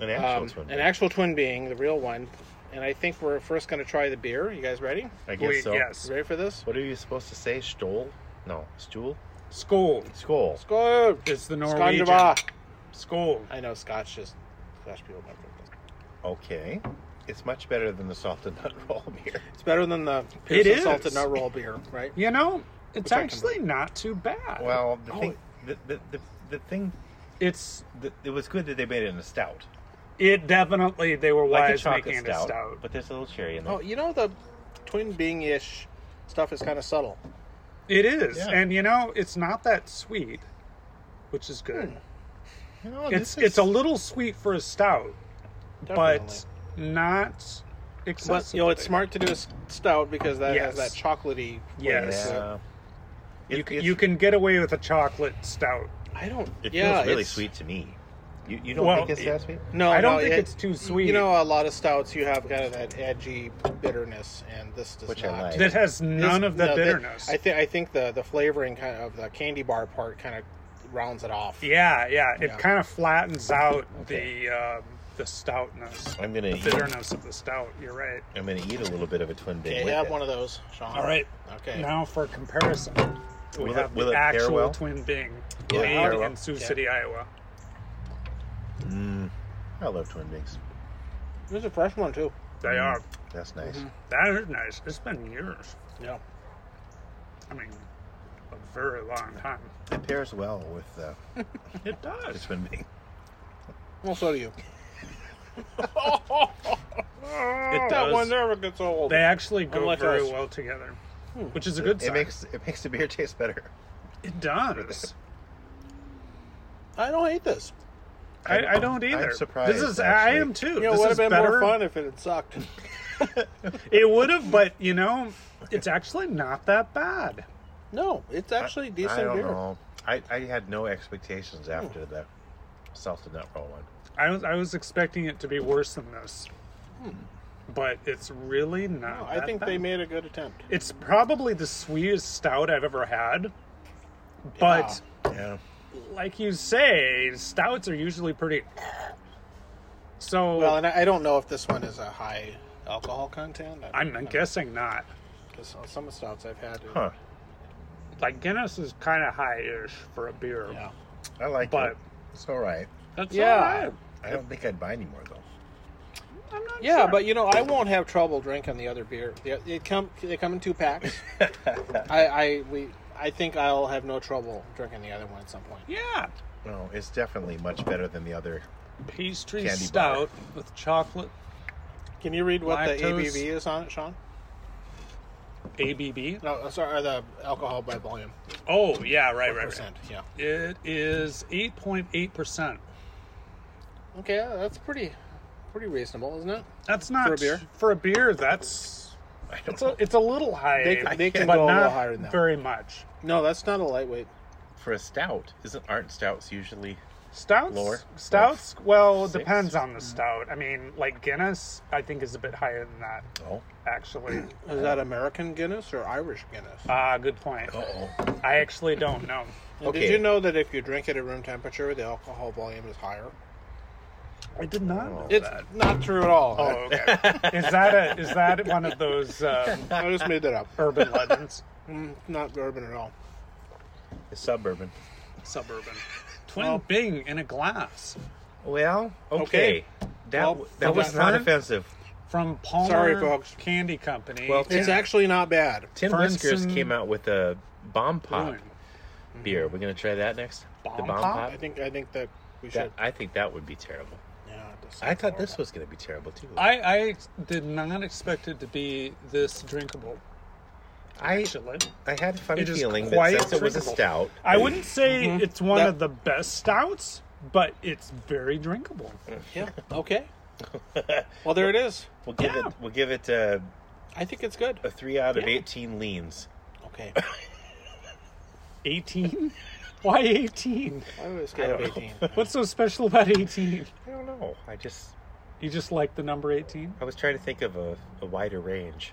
An actual
um,
twin.
an
Bing.
actual twin being the real one and i think we're first going to try the beer you guys ready
I guess
we,
so.
yes,
You ready for this
What are you supposed to say? Stole? No. Stool?
Skold.
Skull.
go
It's the Norwegian
Skandava.
Skold.
i know scotch just scotch people don't drink this.
Okay. It's much better than the salted nut roll beer.
it's better than the
It
Pearson
is.
salted nut roll beer right
You know, it's
I can
actually not too bad.
Well, the
Oh.
thing, the, the, the, the thing,
it's
the, it was good that they made it in a stout.
it definitely they were
Like a
wise
chocolate
making it a
stout,
stout.
But there's a little cherry in there.
oh you know the twin being ish stuff is kind of subtle
It is,
Yeah.
and you know, it's not that sweet, which is good.
No,
It's
Hmm. this is-
it's a little sweet for a stout,
Definitely.
but not excessive.
but you know it's smart to do a s- stout because that has that
Yes.
chocolatey flavor
Yes.
to it.
Yeah. It-
You can,
it's-
you can get away with a chocolate stout.
i don't
It
yeah
feels really
it's-
sweet to me. You, you don't
Well,
think it's
it-
that sweet?
no
I don't
no,
think
it-
it's too sweet.
you know a lot of stouts you have kind of that edgy bitterness and this does
Which I
not
like.
that has none
This-
of the
no, they-
bitterness.
I think I think the the flavoring kind of the candy bar part kind of rounds it off.
yeah, yeah, it
Yeah.
kind of flattens out
Okay.
the um, the stoutness,
I'm gonna
the
eat,
bitterness of the stout. You're right.
I'm gonna eat a little bit of a twin
Okay,
bing. with
have
it.
one of those, Sean.
All right.
Okay.
Now for comparison, we
Will it-
have
will
the
it pair
actual
well?
Twin Bing
Will it pair
made
well?
in Sioux
Yeah.
City, Iowa.
I love twin bings.
There's a fresh one too.
They are.
That's nice.
That is nice. It's been years.
Yeah.
I mean, a very long time.
It pairs well with uh,
It does.
it's been being.
Well, so do you.
It
That one
does.
never gets old.
They actually go
Unlike
very
us. Hmm.
well together, which is a good
It
sign.
makes it makes the beer taste better.
it does.
I don't hate this.
I, I don't either.
surprised,
This is. I
actually.
am too.
You know, it
this
would
is
have been more
better.
fun if it had sucked.
It would have, but you know, it's actually not that bad.
No, it's actually decent
I don't
beer.
know. I, I had no expectations
Hmm.
after that salted nut roll one.
I was I was expecting it to be worse than this, but it's really not.
Hmm. No, I
that
think
bad.
they made a good attempt.
It's probably the sweetest stout I've ever had, but.
Yeah.
like you say, stouts are usually pretty. So
Well, and I, I don't know if this one is a high alcohol content. I,
I'm guessing not.
Because some of the stouts I've had.
Huh.
Like Guinness is kind of high-ish for a beer.
Yeah.
I like
But-
it. It's all right.
That's
Yeah.
yeah.
I don't think I'd buy any more though.
I'm not
Yeah,
sure.
but you know, I won't have trouble drinking the other beer. They, they come, they come in two packs. I, I, we, I think I'll have no trouble drinking the other one at some point.
yeah,
No, it's definitely much better than the other.
pastry
Candy bar.
stout with chocolate
Can you read what the
Lactose.
ABV is on it, Sean?
ABB.
No, uh, sorry, or the alcohol by volume
Oh yeah, right, right, right.
percent. Yeah.
It is 8.8 percent.
Okay, uh, that's pretty, pretty reasonable, isn't it?
That's not
For a beer?
For a beer, that's
I don't
it's a it's a little high.
They- they can
but
go a little
not
higher than that.
Very much.
No, that's not a lightweight.
for a stout. Isn't aren't stouts usually?
Stouts,
Lower?
stouts. Well,
Six?
depends on the stout. I mean, like Guinness, I think is a bit higher than that.
Oh,
Actually,
Is that American Guinness or Irish Guinness?
ah, good point.
oh,
I actually don't know.
And Did
okay.
you know that if you drink it at room temperature, the alcohol volume is higher?
I did not. Know
It's
that.
not true at all.
Oh, okay. is that a is that one of those um,
I just made that up.
urban legends?
Mm, Not urban at all.
it's suburban.
Suburban. Twin Bing in a glass
Well, okay,
Okay.
that
Well,
that was
from
not
Fern?
offensive.
from Palmer
Sorry, folks.
Candy Company.
Well,
It's actually not bad.
Tin
Fernson-
Whiskers came out with a bomb pop
Brewing.
beer. We're gonna try that next. the
Mm-hmm. Bomb
bomb
Pop?
pop.
I think I think that we
That,
should.
I think that would be terrible.
yeah, this-
I thought this was gonna be terrible too.
I, I did not expect it to be this drinkable.
I
Actually.
I had a funny
It is
feeling that
quite
since it was a
drinkable.
stout,
I wouldn't say it's one
Mm-hmm. That-
of the best stouts, but it's very drinkable.
yeah. Okay. well, there it is.
we'll give
Yeah.
it we'll give it uh,
I think it's good.
a three out of
Yeah.
eighteen leans.
Okay.
18? Why 18?
I was scared of eighteen.
What's so special about 18?
I don't know. I just
You just like the number 18?
I was trying to think of a, a wider range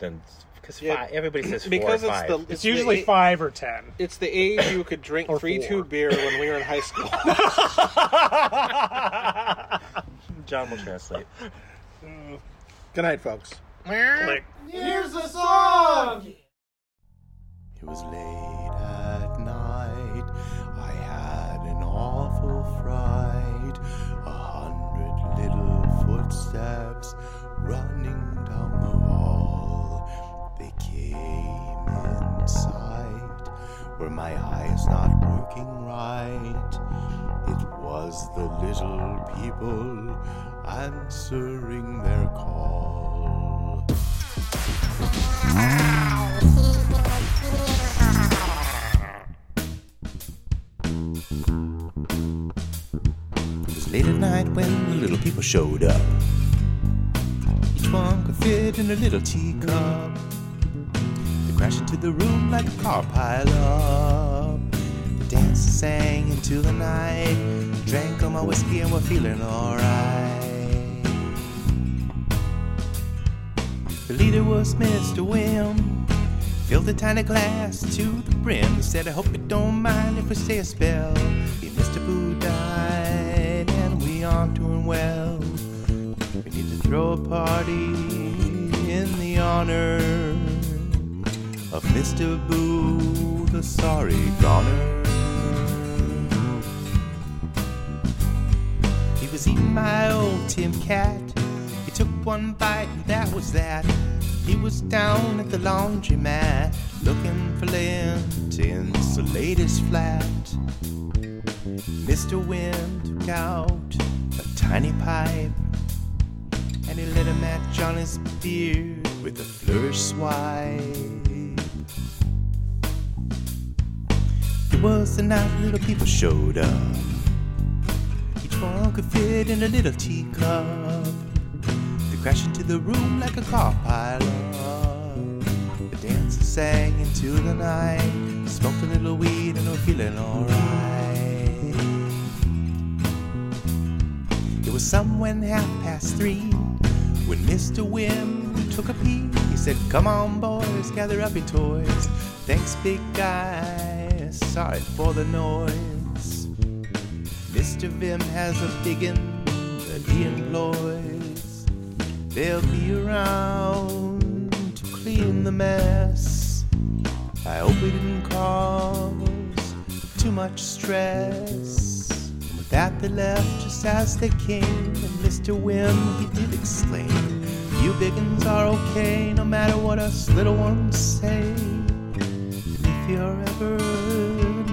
than because
Yeah.
five. Everybody says four
Because
or
it's
five.
the
It's
the
usually
a-
5 or 10.
It's the age you could drink
Or
three two
four.
beer when we were in high school.
John will translate.
Good night, folks.
Like,
It was late at night. I had an awful fright. A hundred little footsteps running down the hall. They came in sight. Were my eyes not working right? It was the little people answering their call. It was late at night when the little people showed up. Each one could fit in a little teacup. They crashed into the room like a car pileup. The dancers sang into the night. Drank all my whiskey and we're feeling alright. The leader was Mr. Wim. Filled a tiny glass to the brim. He said, I hope you don't mind if we stay a spell. He missed a boo died, and we aren't doing well. We need to throw a party in the honor of Mr. Boo, the sorry goner. He was eating my old Tim Cat. He took took one bite and that was that. He was down at the laundromat looking for lint in the latest flat. Mr. Wind took out a tiny pipe and he lit a match on his beard with a flourish swipe. It was the night little people showed up. Each one could fit in a little teacup. They crashed into the room like a car pileup. The dancers sang into the night, smoked a little weed and were feeling alright. It was somewhere in half past three when Mr. Wim took a pee. He said, Come on, boys, gather up your toys. Thanks, big guy. Sorry for the noise. Mr. Vim has a biggin that he employs. They'll be around to clean the mess. I hope it didn't cause too much stress. And with that, they left just as they came. And Mr. Wim, he did exclaim, You biggins are okay, no matter what us little ones say. And if you're ever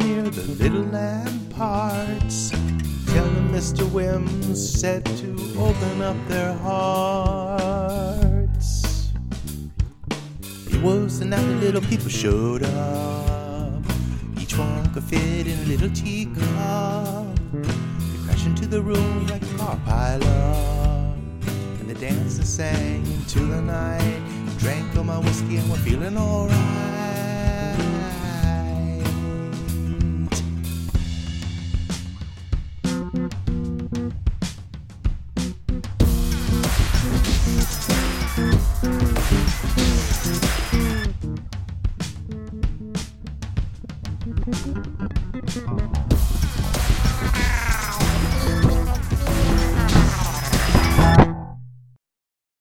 near the little lamb parts, tell them Mr. Wim said to open up their hearts. It was the night the little people showed up. Each one could fit in a little teacup. They crashed into the room like a car pileup. And the dancers sang into the night. Drank all my whiskey and we're feeling alright.